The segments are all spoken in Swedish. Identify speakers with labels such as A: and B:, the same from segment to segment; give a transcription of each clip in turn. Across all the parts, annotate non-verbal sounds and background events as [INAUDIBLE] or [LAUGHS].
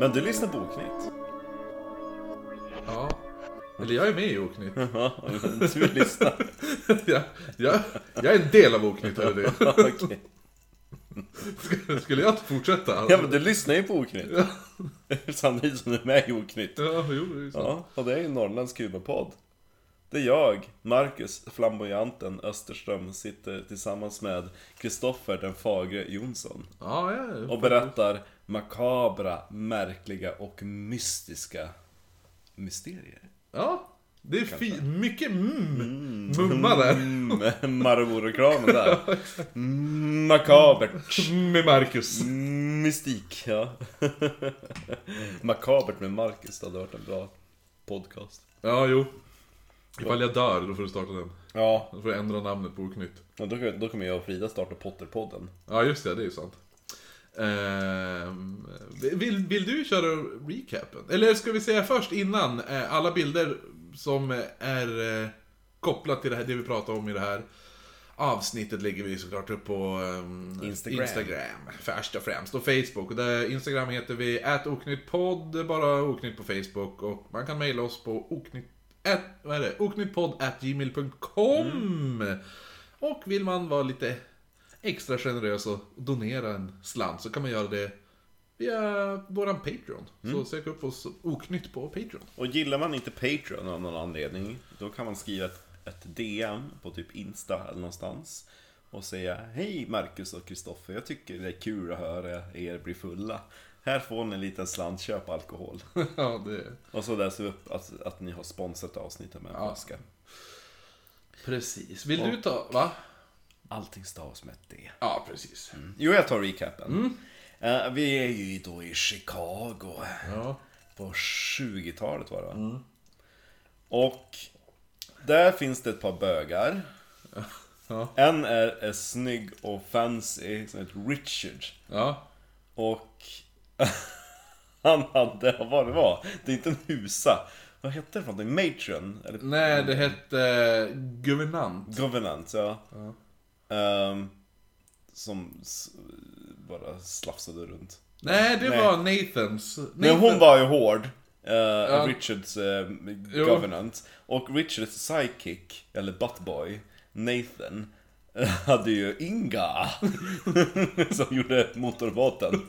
A: Men du lyssnar på Oknytt.
B: Ja. Eller jag är med i Oknytt. [LAUGHS]
A: Ja, men du lyssnar.
B: Jag, jag, jag är en del av Oknytt, hörru du.
A: Okej.
B: Skulle- [LAUGHS] Skulle jag inte fortsätta?
A: Ja, men du lyssnar ju på Oknytt. Samtidigt som du är med i Oknytt.
B: Ja, jo, det är sant.
A: Ja, och det är ju Norrlands Kubapodd. Det är jag, Marcus, flamboyanten Österström, sitter tillsammans med Kristoffer den fagre Jonsson
B: Ja, ja, ja.
A: och berättar makabra, märkliga och mystiska mysterier.
B: ja. Det är fi- mycket mm, mumma där.
A: Mm, Marabou-reklamen [LAUGHS] där. Mm, Makabert.
B: Med Marcus.
A: Mm, Mystik, ja. [LAUGHS] Makabert med Marcus, det hade varit en bra podcast.
B: Ja, jo. Ifall jag dör, då får du starta den.
A: Ja,
B: Då får du ändra namnet på Oknytt.
A: och då, då kommer jag och Frida starta Potterpodden.
B: Ja, just det. Det är ju sant. Ehm, vill, vill du köra recapen? Eller ska vi säga först innan, eh, alla bilder som eh, är eh, kopplat till det, här, det vi pratar om i det här avsnittet lägger vi såklart upp på ehm,
A: Instagram.
B: Instagram, först och främst, och Facebook. Och där Instagram heter vi oknyttpodd, bara oknytt på Facebook. Och man kan mejla oss på oknytt... At, vad är det? oknyttpodd.gmail.com Och vill man vara lite extra generös och donera en slant så kan man göra det via våran Patreon. Så sök upp oss oknytt på Patreon. [LAUGHS]
A: Och gillar man inte Patreon av någon anledning, då kan man skriva ett, ett DM på typ Insta eller någonstans. Och säga Hej Marcus och Kristoffer, jag tycker det är kul att höra er bli fulla. Här får ni en liten slant, köp alkohol. [LAUGHS]
B: ja, det...
A: Och så läser vi upp att, att ni har sponsrat avsnittet med en
B: Ja.
A: flaska.
B: Precis. Vill du ta... Va?
A: Allting stavas med ett D.
B: Ja, precis.
A: Jo, jag tar recapen. Eh, vi är ju då i Chicago.
B: Ja.
A: På 20-talet var det va? Och där finns det ett par bögar.
B: Ja.
A: En är, är snygg och fancy, som heter Richard.
B: Ja.
A: Och [LAUGHS] han hade, vad det var, det är inte en husa. Vad hette det för någonting? Matron? Eller
B: Nej, det hette eh, Guvernant.
A: Governant, ja. Ehm, som s- bara slafsade runt.
B: Nej, det
A: Nej.
B: var Nathans. Nathan.
A: Men hon var ju hård. eh, Richards eh, governant. Och Richards sidekick, eller buttboy, Nathan. [LAUGHS] eh, Hade ju Inga [LAUGHS] som gjorde motorbåten.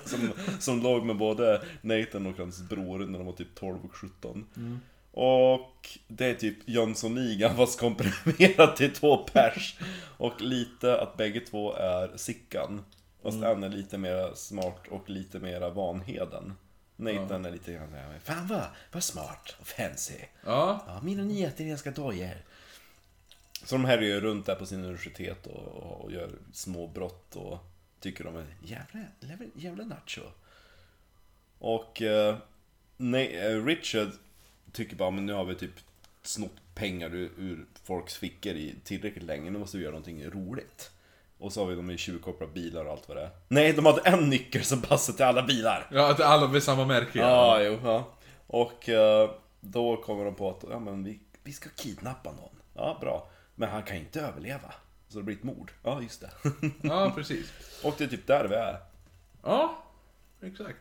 A: [LAUGHS] som, som låg med både Nathan och hans bror när de var typ 12 och 17. Och det är typ Jönssonligan [LAUGHS] fast komprimerat till två pers. Och lite att bägge två är Sickan. Fast en är lite mer smart och lite mera Vanheden. Nathan är lite grann så här, Fan vad, vad smart och fancy.
B: Ja.
A: Ja, mina nyheter är ganska dojor. Så de här är ju runt där på sin universitet och, och, och gör små brott och tycker de är jävla, jävla, jävla nacho. Och eh, nej, eh, Richard tycker bara, men nu har vi typ snott pengar ur, ur folks fickor i tillräckligt länge, nu måste vi göra någonting roligt. Och så har vi dem i tjuvkopplar bilar och allt vad det är. Nej, de hade en nyckel som passade till alla bilar!
B: Ja, att alla med samma märke.
A: Ja, jo. Ja. Och eh, då kommer de på att ja, men vi, vi ska kidnappa någon. Ja, bra. Men han kan ju inte överleva. Så det blir ett mord. Ja, just det. [LAUGHS]
B: ja, precis.
A: och det är typ där vi är. [LAUGHS]
B: Ja, exakt.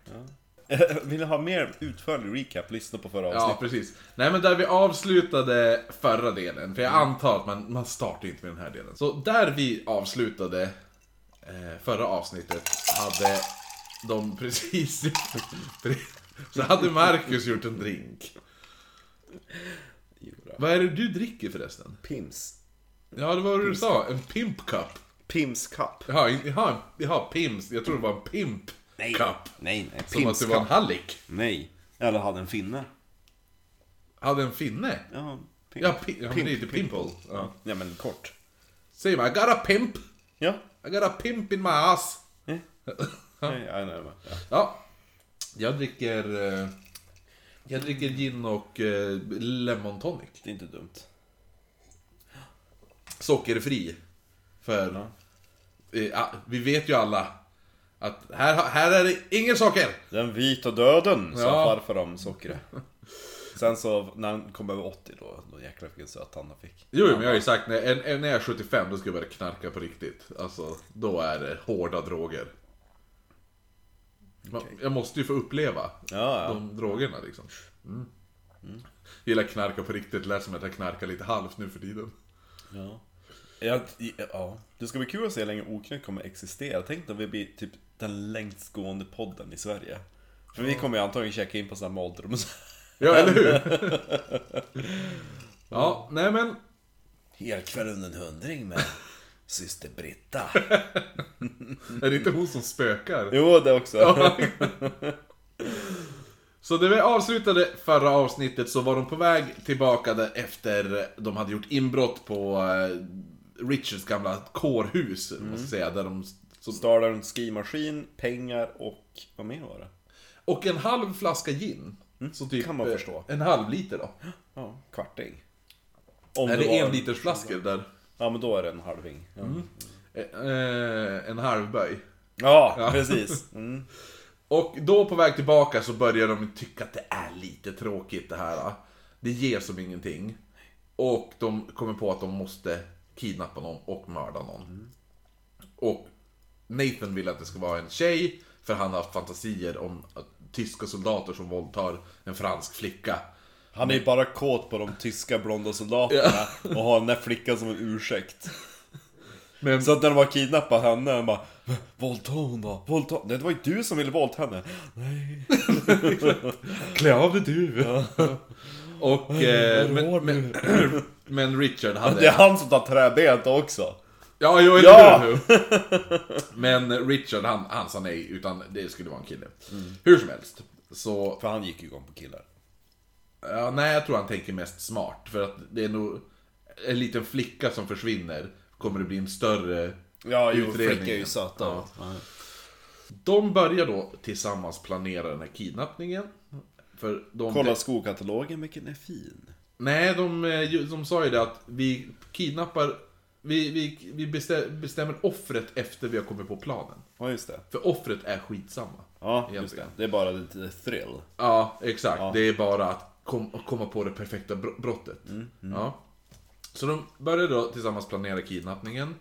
A: Vill ni ha mer utförlig recap? Lyssna på förra
B: Ja,
A: avsnittet.
B: precis. Nej, men där vi avslutade förra delen, för jag
A: Mm.
B: antar att man, man startar inte med den här delen. Så där vi avslutade eh, förra avsnittet hade de [LAUGHS] precis Så hade Marcus gjort en drink.
A: Jodå.
B: Vad är det du dricker förresten?
A: Pims.
B: Ja, det var det du sa. En pimp cup.
A: Pims cup.
B: Jaha, en- jaha, jaha pims. Jag tror det var en pimp cup.
A: Nej, nej.
B: Som att
A: Pims
B: det var en
A: cup.
B: hallick.
A: Nej. Eller hade en finne.
B: Hade en finne.
A: Ja, pimp.
B: Ja, pi- ja men det är ju pimple. Ja.
A: ja, men kort.
B: Säger man I got a pimp.
A: Ja.
B: I got a pimp in my ass.
A: Ja. Ja, ja, nej, men, ja.
B: Ja. Jag dricker... eh, Jag dricker gin och eh, lemon tonic.
A: Det är inte dumt.
B: Sockerfri. För... eh, ja, vi vet ju alla att här, har- här är det ingen socker!
A: Den vita döden, sa
B: Ja.
A: farfar om sockret. Sen så, när han kom över 80 då, då jäklar vilken söt han fick.
B: Jo, men jag har ju sagt när, en- när jag är 75 då ska jag börja knarka på riktigt. Alltså, då är det hårda droger. Man, Jag måste ju få uppleva
A: Ja, Mm. ja.
B: de drogerna liksom. Gillar knarka på riktigt, lät som att jag knarkar lite halvt nu för tiden.
A: Ja. Ja, ja. Det ska bli kul att se hur länge Oknytt kommer existera. Tänk om vi blir typ den längstgående podden i Sverige. För vi kommer ju antagligen checka in på samma [LAUGHS] ålder.
B: Ja, eller hur?
A: [LAUGHS]
B: ja, nej men.
A: Helkväll under en hundring med syster Britta.
B: Är det inte hon som spökar?
A: Jo, det också.
B: Så när vi avslutade förra avsnittet så var de på väg tillbaka där efter de hade gjort inbrott på eh, Richards gamla kårhus, måste
A: Mm.
B: jag säga, där de... Så,
A: Startar en skimaskin, pengar och vad mer var det?
B: och en halv flaska gin. Så typ
A: Mm, kan man
B: eh,
A: förstå.
B: en halv liter då.
A: Ja, kvarting. Om
B: Är
A: var
B: det en liters flaskor där?
A: Ja, men då är det en halving. Ja,
B: Eh, eh, En halvböj.
A: ja, precis. Mm.
B: Och då på väg tillbaka så börjar de tycka att det är lite tråkigt det här. va. Det ger som ingenting. Och de kommer på att de måste kidnappa någon och mörda någon. Och Nathan vill att det ska vara en tjej, för han har haft fantasier om att tyska soldater som våldtar en fransk flicka.
A: Han är ju bara kåt på de tyska blonda soldaterna och har den där flickan som en ursäkt.
B: Men,
A: Så att när de har kidnappat henne, han bara "Va? Våldta hon då, våldta Nej det var ju du som ville våldta henne Nej,
B: klä av dig du! och, eh, men, men, [CLEARS THROAT] men Richard hade...
A: det är han som tar träbenet också
B: Ja, jo, eller
A: Ja!
B: hur?
A: [LAUGHS]
B: Men Richard, han, han sa nej, utan det skulle vara en kille. Hur som helst. Så,
A: För han gick ju igång på killar
B: ja, nej, jag tror han tänker mest smart. För att det är nog en liten flicka som försvinner, kommer det bli en större
A: Ja,
B: utredning.
A: söta ja.
B: De börjar då tillsammans planera den här kidnappningen. För de...
A: Kolla skokatalogen, vilken är fin
B: Nej, de, eh, ju- de sa ju det att vi kidnappar... Vi, vi, vi bestä- bestämmer offret efter vi har kommit på planen.
A: Ja just det
B: För offret är skitsamma.
A: Ja, just det.
B: Egentligen.
A: det är bara lite thrill
B: Ja, exakt. Det är bara att kom, att komma på det perfekta br- brottet.
A: Mm,
B: Ja. Så de började då tillsammans planera kidnappningen.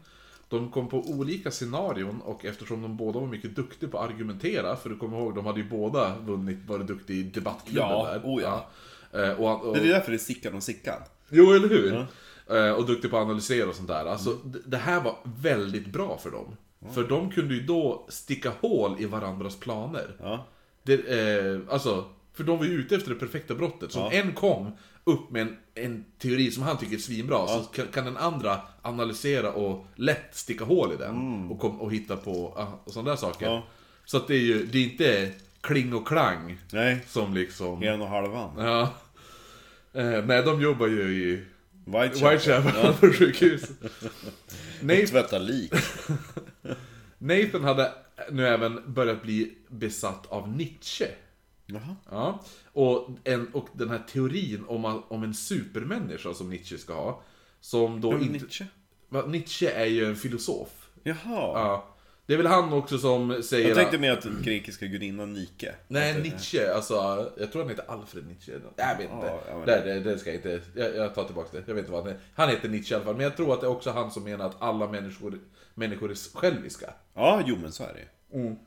B: De kom på olika scenarion och eftersom de båda var mycket duktiga på att argumentera, för du kommer ihåg, de hade ju båda vunnit, varit duktiga i debattklubben
A: Ja,
B: där.
A: oh ja.
B: Ja. Eh, Och, och,
A: Det är därför det är Sickan och Sickan
B: Jo, eller hur? Eh, Och duktig på att analysera och sånt där. Alltså,
A: Mm.
B: d- det här var väldigt bra för dem. För de kunde ju då sticka hål i varandras planer.
A: Ja,
B: Det, eh, alltså, för de var ju ute efter det perfekta brottet. Så om en kom upp med en, en teori som han tycker är svinbra, så kan, kan den andra analysera och lätt sticka hål i den. Och, kom, och hitta på ah, och sådana där saker.
A: Ja.
B: Så att det är ju det är inte kling och klang
A: nej,
B: som liksom...
A: en och halvan
B: Ja. Eh, nej, de jobbar ju i
A: Whitechapel,
B: Whitechapel [LAUGHS] på sjukhus. Nathan,
A: tvätta lik
B: Nathan hade nu även börjat bli besatt av Nietzsche.
A: Jaha,
B: Ja, och, en, och den här teorin om, all- om en supermänniska som Nietzsche ska ha. Som då inte... Nietzsche.
A: Nietzsche
B: Nietzsche är ju en filosof.
A: Jaha
B: Ja. Det är väl han också som säger...
A: Jag tänkte
B: att,
A: mer att den grekiska gudinnan Nike
B: nej, Nietzsche, alltså... Jag tror han heter Alfred Nietzsche. Jag vet inte.
A: Ja, ja, men-
B: det, det, det ska jag inte... Jag, jag tar tillbaka det. Jag vet inte vad han heter. Han heter Nietzsche i alla fall. Men jag tror att det är också han som menar att alla människor, människor är själviska.
A: Ja, jo men så är det ju
B: Och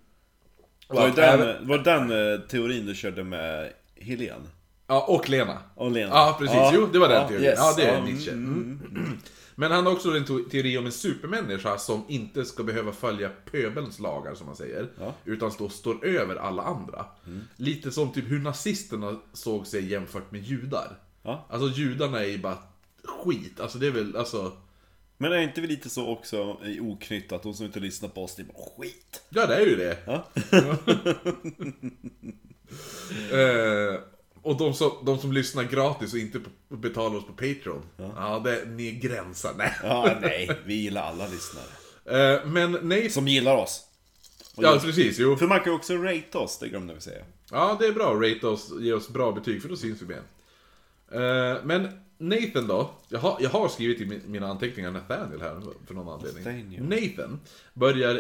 A: Var
B: att
A: det
B: Alltså, även-
A: den, var den eh, teorin du körde med Helene?
B: Ja, och Lena.
A: Och Lena?
B: Ja, precis. Jo, det var den teorin.
A: yes.
B: Ja, det är
A: mm,
B: Nietzsche.
A: mm.
B: Mm. Men han har också en to- teori om en supermänniska som inte ska behöva följa pöbelns lagar, som man säger.
A: Ja.
B: Utan stå, står över alla andra. Lite som typ hur nazisterna såg sig jämfört med judar.
A: Ja.
B: Alltså judarna är ju bara skit. Alltså det är väl, alltså...
A: Men är inte vi lite så också i oknytt att de som inte lyssnar på oss, det är bara skit?
B: Ja, det är ju det.
A: Ja.
B: [LAUGHS] Eh, och de som, de som lyssnar gratis och inte p- betalar oss på Patreon. Ja, det, ni gränsar. Nej.
A: Ja, nej, vi gillar alla lyssnare.
B: Eh, men nej...
A: Som gillar oss.
B: Ja, precis. Jo.
A: För man kan ju också rate oss, det glömde vi säga.
B: Ja, det är bra. Rate oss, ge oss bra betyg, för då syns vi mer. Eh, men Nathan då? Jag har, jag har skrivit i mi- mina anteckningar Nathaniel här för någon anledning.
A: Nathaniel.
B: Nathan börjar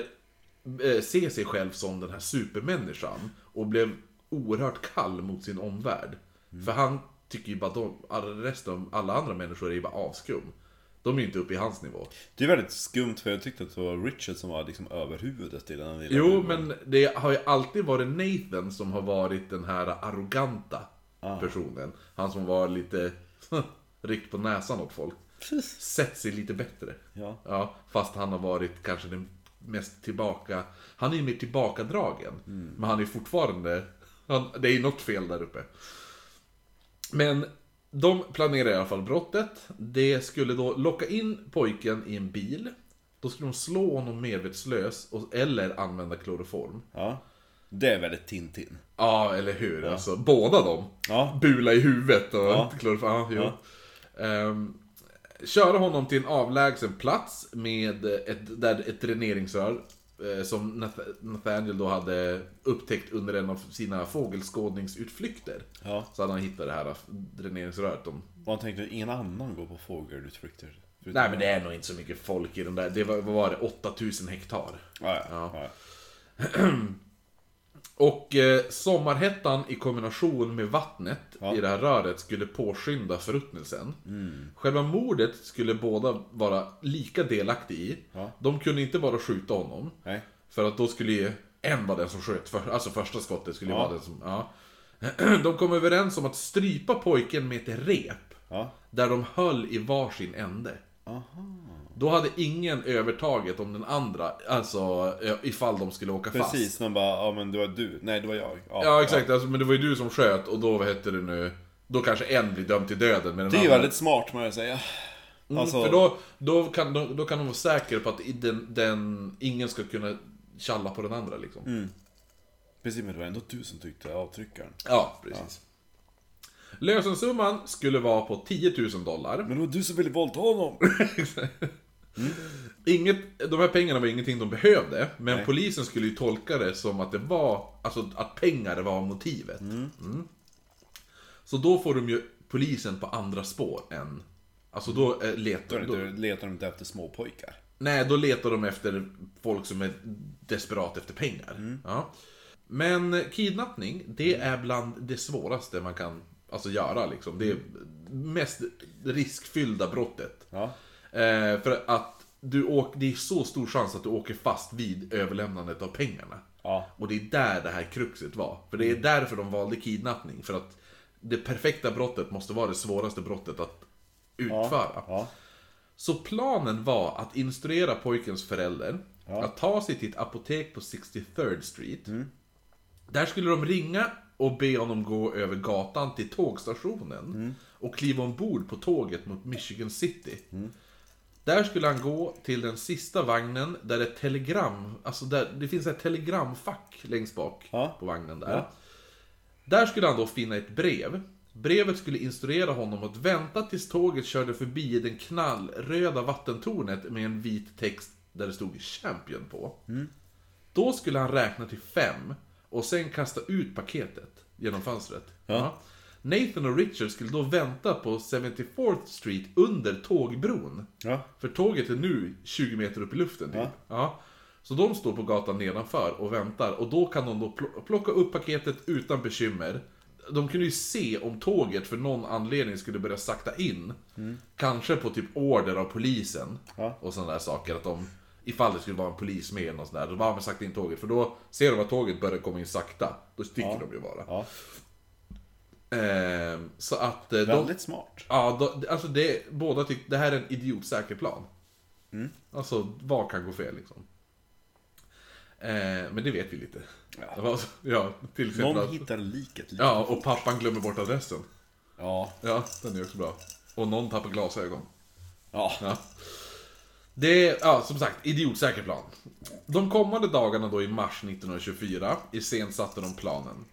B: eh, se sig själv som den här supermänniskan och blev oerhört kall mot sin omvärld. För han tycker ju bara att de, all- resten av alla andra människor är ju bara avskum. De är ju inte uppe i hans nivå.
A: Det är väldigt skumt för jag tyckte att det var Richard som var liksom över huvudet i den här lilla
B: Jo,
A: filmen.
B: men det har ju alltid varit Nathan som har varit den här arroganta personen. Han som var lite [LAUGHS] rikt på näsan åt folk. Sett sig lite bättre.
A: Ja.
B: fast han har varit kanske den mest tillbaka... Han är ju mer tillbakadragen. Men han är fortfarande... Han, det är ju något fel där uppe. Men de planerar i alla fall brottet. Det skulle då locka in pojken i en bil. Då skulle de slå honom medvetslös och, eller använda kloroform.
A: Ja. Det är väldigt Tintin.
B: Ja, eller hur? Alltså, båda dem.
A: Ja.
B: Bula i huvudet och
A: Ja.
B: kloroform. Ja, jo. Ehm, köra honom till en avlägsen plats med ett, där ett dräneringsrör eh, som Nath- Nathaniel då hade upptäckt under en av sina fågelskådningsutflykter.
A: Ja.
B: Så hade han hittat det här dräneringsröret de
A: Och han tänkte ingen annan går på fågelutflykter.
B: Nej men det är nog inte så mycket folk i den där. Det var, vad var det? 8000 hektar.
A: Ja,
B: Ja.
A: ja. ja.
B: Och eh, sommarhettan i kombination med vattnet
A: Ja. Mm.
B: i det här röret skulle påskynda förruttnelsen. Själva mordet skulle båda vara lika delaktiga i.
A: Ja.
B: De kunde inte bara skjuta honom.
A: Nej.
B: För att då skulle ju en vara den som sköt för, Alltså första skottet skulle ju
A: Ja.
B: vara den som... Ja. [CLEARS THROAT] De kom överens om att strypa pojken med ett rep.
A: Ja.
B: Där de höll i varsin ände. Då hade ingen övertaget om den andra, alltså eh, ifall de skulle åka
A: Precis,
B: fast.
A: man bara, ja men det var du. Nej, det var jag.
B: Ja exakt, Alltså, men det var ju du som sköt och då, vad hette det nu, då kanske en blir dömd till döden. Men den
A: Det är ju
B: andra-
A: väldigt smart må jag säga. Alltså,
B: Mm, För då, då, kan, då, då kan de vara säkra på att i den, den, ingen ska kunna tjalla på den andra liksom.
A: Mm. precis men det var ändå du som tyckte avtryckaren.
B: Ja, precis. Lösensumman skulle vara på 10 000 dollar.
A: Men det var du som ville våldta
B: [CLEARS THROAT]
A: honom!
B: Inget, de här pengarna var ingenting de behövde, men polisen skulle ju tolka det som att det var, alltså att pengar var motivet. Mm. Så då får de ju polisen på andra spår än, alltså då eh,
A: Då
B: letar
A: är
B: de,
A: det inte- letar de inte efter småpojkar.
B: nej då letar de efter folk som är desperat efter pengar. Ja. Men kidnappning, det är bland det svåraste man kan alltså, göra liksom. Det är mest riskfyllda brottet.
A: Ja.
B: Eh, för att du åker, det är så stor chans att du åker fast vid överlämnandet av pengarna.
A: Ja.
B: Och det är där det här kruxet var. För det är därför de valde kidnappning. För att det perfekta brottet måste vara det svåraste brottet att utföra.
A: Ja.
B: Så planen var att instruera pojkens förälder att ta sig till ett apotek på 63rd Street. Där skulle de ringa och be honom gå över gatan till tågstationen
A: Mm.
B: och kliva ombord på tåget mot Michigan City.
A: Mm.
B: Där skulle han gå till den sista vagnen där ett telegram, alltså där, det finns ett telegramfack längst bak
A: Ja.
B: på vagnen där. Där skulle han då finna ett brev. Brevet skulle instruera honom att vänta tills tåget körde förbi den knallröda vattentornet med en vit text där det stod Champion på. Då skulle han räkna till fem och sen kasta ut paketet genom fönstret. Ja. Nathan och Richard skulle då vänta på 74th Street under tågbron.
A: Ja.
B: För tåget är nu 20 meter upp i luften typ. Ja. Så de står på gatan nedanför och väntar och då kan de då pl- plocka upp paketet utan bekymmer. De kunde ju se om tåget för någon anledning skulle börja sakta in. Kanske på typ order av polisen
A: Mm. Ja.
B: och sådana där saker. Att de, ifall det skulle vara en polis med eller något sånt där, då bara "Men sakta in tåget. För då ser de att tåget börjar komma in sakta. Då sticker de ju bara.
A: Ja.
B: Ehm, så att... eh, de-
A: Väldigt smart.
B: Ja, då, alltså det, båda tyckte det här är en idiotsäker plan.
A: Mm.
B: Alltså, vad kan gå fel liksom? Eh, men det vet vi lite.
A: Ja.
B: Det var, ja, till exempel
A: Någon
B: att,
A: hittar liket. lite.
B: Ja, och pappan glömmer bort adressen.
A: Ja.
B: Ja, den är också bra. Och någon tappar glasögon.
A: Ja.
B: Ja. Det, ja, som sagt, idiotsäker plan. De kommande dagarna då i mars 1924 iscensatte de planen.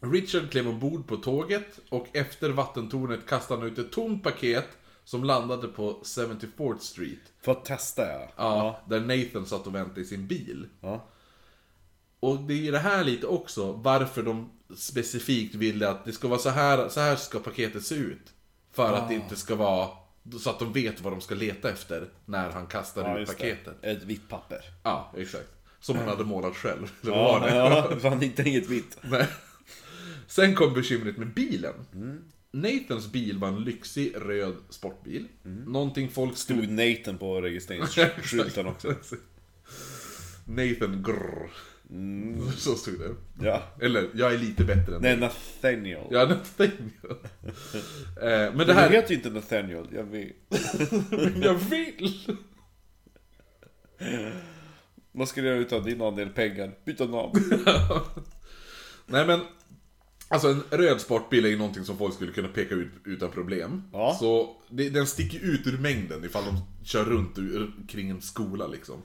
B: Richard klev ombord på tåget och efter vattentornet kastade han ut ett tomt paket som landade på 74th Street.
A: För att testa ja.
B: Ja, där Nathan satt och väntade i sin bil.
A: Ja.
B: Och det är ju det här lite också, varför de specifikt ville att det ska vara så här, så här ska paketet se ut. För att det
A: Ah.
B: inte ska vara, så att de vet vad de ska leta efter när han kastar
A: ja
B: ut
A: just
B: paketet.
A: det. Ett vitt papper.
B: Ja, exakt. Som han hade målat själv, [LAUGHS] eller vad var
A: Ja,
B: [LAUGHS] det?
A: ja. Fan, hittar inget vitt. Mm.
B: Nej. Sen kom bekymret med bilen. Nathans bil var en lyxig röd sportbil.
A: Mm.
B: Någonting folk skulle... [LAUGHS]
A: Stod Nathan på registreringsskylten också.
B: Nathan grrr.
A: Mm.
B: Så stod det.
A: Ja.
B: Eller, jag är lite bättre än
A: Nej, Nathaniel.
B: Ja, Nathaniel. Eh, Men det
A: Du
B: här...
A: heter ju inte Nathaniel, jag vet.
B: Jag vill!
A: Vad skulle jag göra utan din andel pengar? Byta namn.
B: Nej men, alltså en röd sportbil är ju någonting som folk skulle kunna peka ut utan problem.
A: Ja.
B: Så det, den sticker ut ur mängden ifall de kör runt ur, kring en skola liksom.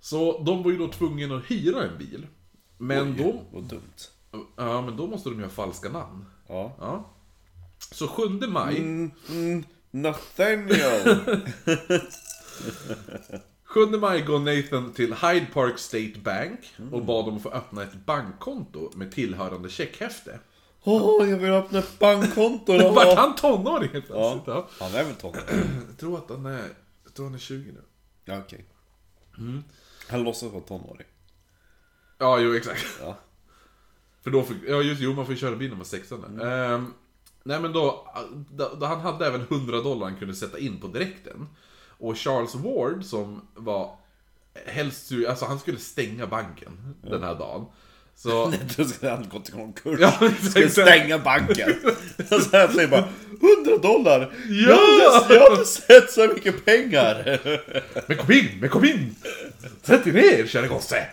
B: Så de var ju då tvungna att hyra en bil. Men då,
A: Vad dumt.
B: ja, men då måste de ju ha falska namn.
A: Ja.
B: Ja. Så 7 maj,
A: Mm. Nathaniel!
B: 7 maj går Nathan till Hyde Park State Bank och bad om att få öppna ett bankkonto med tillhörande checkhäfte.
A: [LAUGHS] Åh, jag vill öppna ett bankkonto! [LAUGHS]
B: [LAUGHS] Vart
A: då.
B: han tonåring helt
A: Ja.
B: plötsligt? Ja.
A: Han är väl tonåring?
B: Jag tror att han är, jag tror han är 20 nu.
A: Ja, okej. Mm. Han låtsas vara tonåring.
B: Ja, jo exakt. [LAUGHS]
A: Ja. [LAUGHS]
B: För då fick, ja just jo, man får ju köra bil när man är 16. Ehm, nej men då, då, då, han hade även 100 dollar han kunde sätta in på direkten. Och Charles Ward som var, helst, ju- alltså han skulle stänga banken den här dagen. [LAUGHS] Så,
A: Då ska han gå till konkurs.
B: Ja,
A: ska
B: exakt.
A: stänga [LAUGHS] banken. Och så här säger bara 100 dollar! Jag har
B: Ja!
A: inte- jag har inte sett så mycket pengar! [LAUGHS]
B: men kom in, men kom in! Sätt dig ner kära gosse!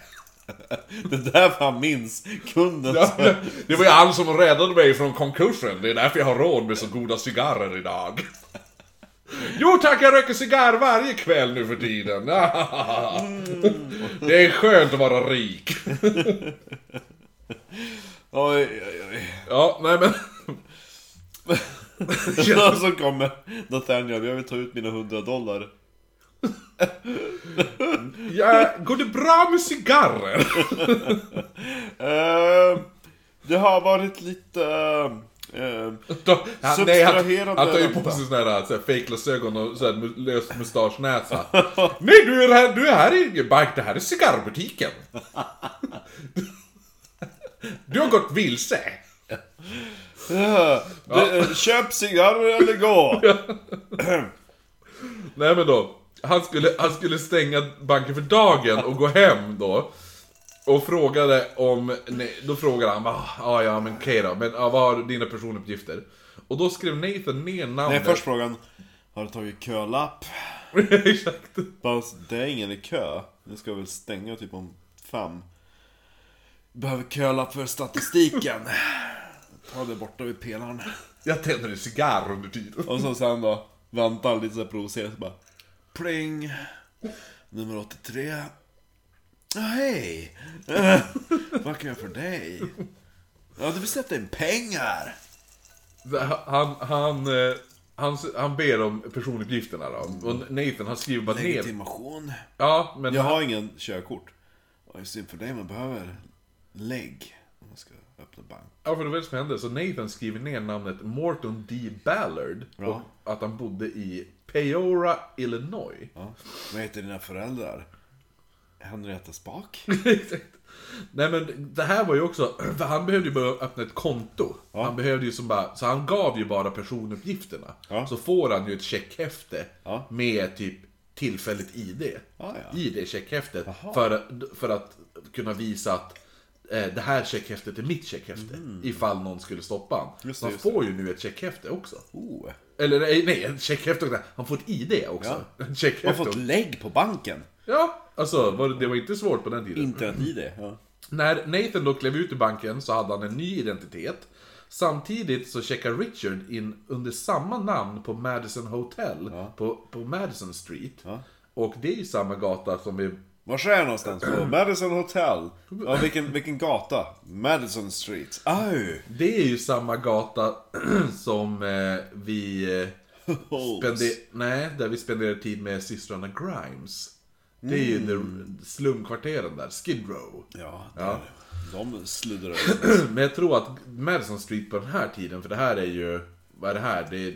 A: Det där var han minns. Kunden
B: Ja,
A: som...
B: Det var ju han som räddade mig från konkursen. Det är därför jag har råd med så goda cigarrer idag. Jo tack, jag röker cigarr varje kväll nu för tiden. Det är skönt att vara rik.
A: Oj, oj, oj.
B: Ja, nej men...
A: Och så kommer Nathaniel, jag vill ta ut mina 100 dollar.
B: Ja, går det bra med cigarrer?
A: Eh, det har varit lite... eh, eh,
B: Då, han, nej, han, han
A: Subtraherande
B: tar ju på
A: ränta.
B: sig såna här, så här fejkglasögon och så här, mu- lös
A: [LAUGHS]
B: mustaschnäsa. nej, du är här, du är här i Bank, det här är cigarrbutiken. [LAUGHS] du har gått vilse.
A: eh, det, eh, köp cigarrer eller gå!
B: Nej men då, han skulle, han skulle stänga banken för dagen och gå hem då. Och frågade om, nej, då frågade han bara, ah, ja men okej då, men ah, vad har dina personuppgifter? Och då skrev Nathan ner
A: Nej,
B: namnet.
A: först frågan. Har du tagit kölapp?
B: [LAUGHS] Exakt.
A: Bara, det är ingen i kö. Nu ska jag väl stänga typ om fem. Behöver kölapp för statistiken. Ta det borta vid pelaren.
B: Jag tänder en cigarr under tiden.
A: Och så sen då, väntar han lite såhär provocerat så bara Pling! Nummer 83 Ja, hej! [LAUGHS] Eh, Vad kan jag för dig? Ja, du vill sätta in pengar!
B: Han, han, eh, han, han ber om personuppgifterna då. Och Nathan han skriver bara ner.
A: Legitimation.
B: Ja, men
A: Jag har ingen körkort. Ja, det är synd för dig, man behöver lägg om man ska öppna bank.
B: Ja, för det var det som hände. Så Nathan skriver ner namnet Morton D. Ballard
A: Ja.
B: och att han bodde i Peoria, Illinois.
A: Ja. Vad heter dina föräldrar? Henrietta Spak?
B: [LAUGHS] Exakt. Nej men det här var ju också, [CLEARS THROAT] för han behövde ju bara öppna ett konto. Han behövde ju som bara, så han gav ju bara personuppgifterna.
A: Ja.
B: Så får han ju ett checkhäfte
A: Ja.
B: med typ tillfälligt ID.
A: Ah, ja.
B: ID-checkhäftet för, för att kunna visa att eh, det här checkhäftet är mitt checkhäfte. Ifall någon skulle stoppa han.
A: Mm. Just
B: Så
A: det,
B: han
A: just
B: får ju nu ett checkhäfte också.
A: Oh.
B: Eller nej, nej ett checkhäfte också. Han får ett ID också. [LAUGHS] Ett
A: Jag
B: checkhäfte.
A: har fått lägg på banken!
B: Ja, alltså var det, det var inte svårt på den tiden.
A: Internet-id. Ja.
B: När Nathan då klev ut ur banken så hade han en ny identitet. Samtidigt så checkar Richard in under samma namn på Madison Hotel på, på Madison Street. Och det är ju samma gata som vi...
A: Var är jag någonstans? På Madison Hotel? Ja, vilken, vilken gata? Madison Street. Aj!
B: Det är ju samma gata [CLEARS THROAT] som eh, vi... Eh, spender, nej, där vi spenderade tid med systrarna Grimes. Det är ju the- slumkvarteren där, Skid Row.
A: Ja, där. de sluddrar över.
B: Men jag tror att Madison Street på den här tiden, för det här är ju, vad är det här? Det är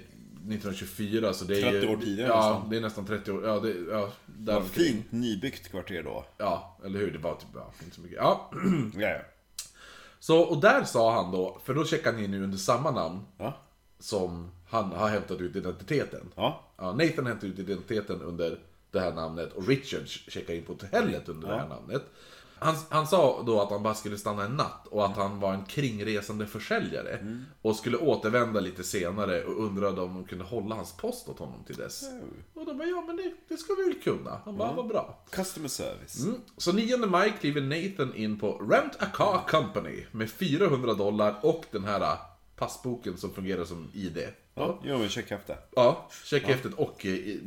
B: 1924, så det är
A: 30
B: ju...
A: år tidigare
B: Ja,
A: nästan.
B: det är nästan 30 år. Ja, det, ja, där omkring.
A: Fint nybyggt kvarter då.
B: Ja, eller hur? Det var typ, ja, inte så mycket. Ja.
A: Ja, ja.
B: Så, och där sa han då, för då checkade han in nu under samma namn.
A: ja.
B: som han har hämtat ut identiteten.
A: Ja.
B: Ja, Nathan hämtar ut identiteten under det här namnet och Richard checkar in på hotellet under det här namnet. Han, han sa då att han bara skulle stanna en natt och att han var en kringresande försäljare. Och skulle återvända lite senare och undrade om de kunde hålla hans post åt honom till dess. Och de bara, ja men det, det ska vi väl kunna. Han bara, vad bra.
A: Customer service.
B: Mm. Så 9 maj kliver Nathan in på Rent A Car Company med 400 dollar och den här passboken som fungerar som ID.
A: Ja, jo men checka upp det.
B: Ja, checkhäftet och eh, i-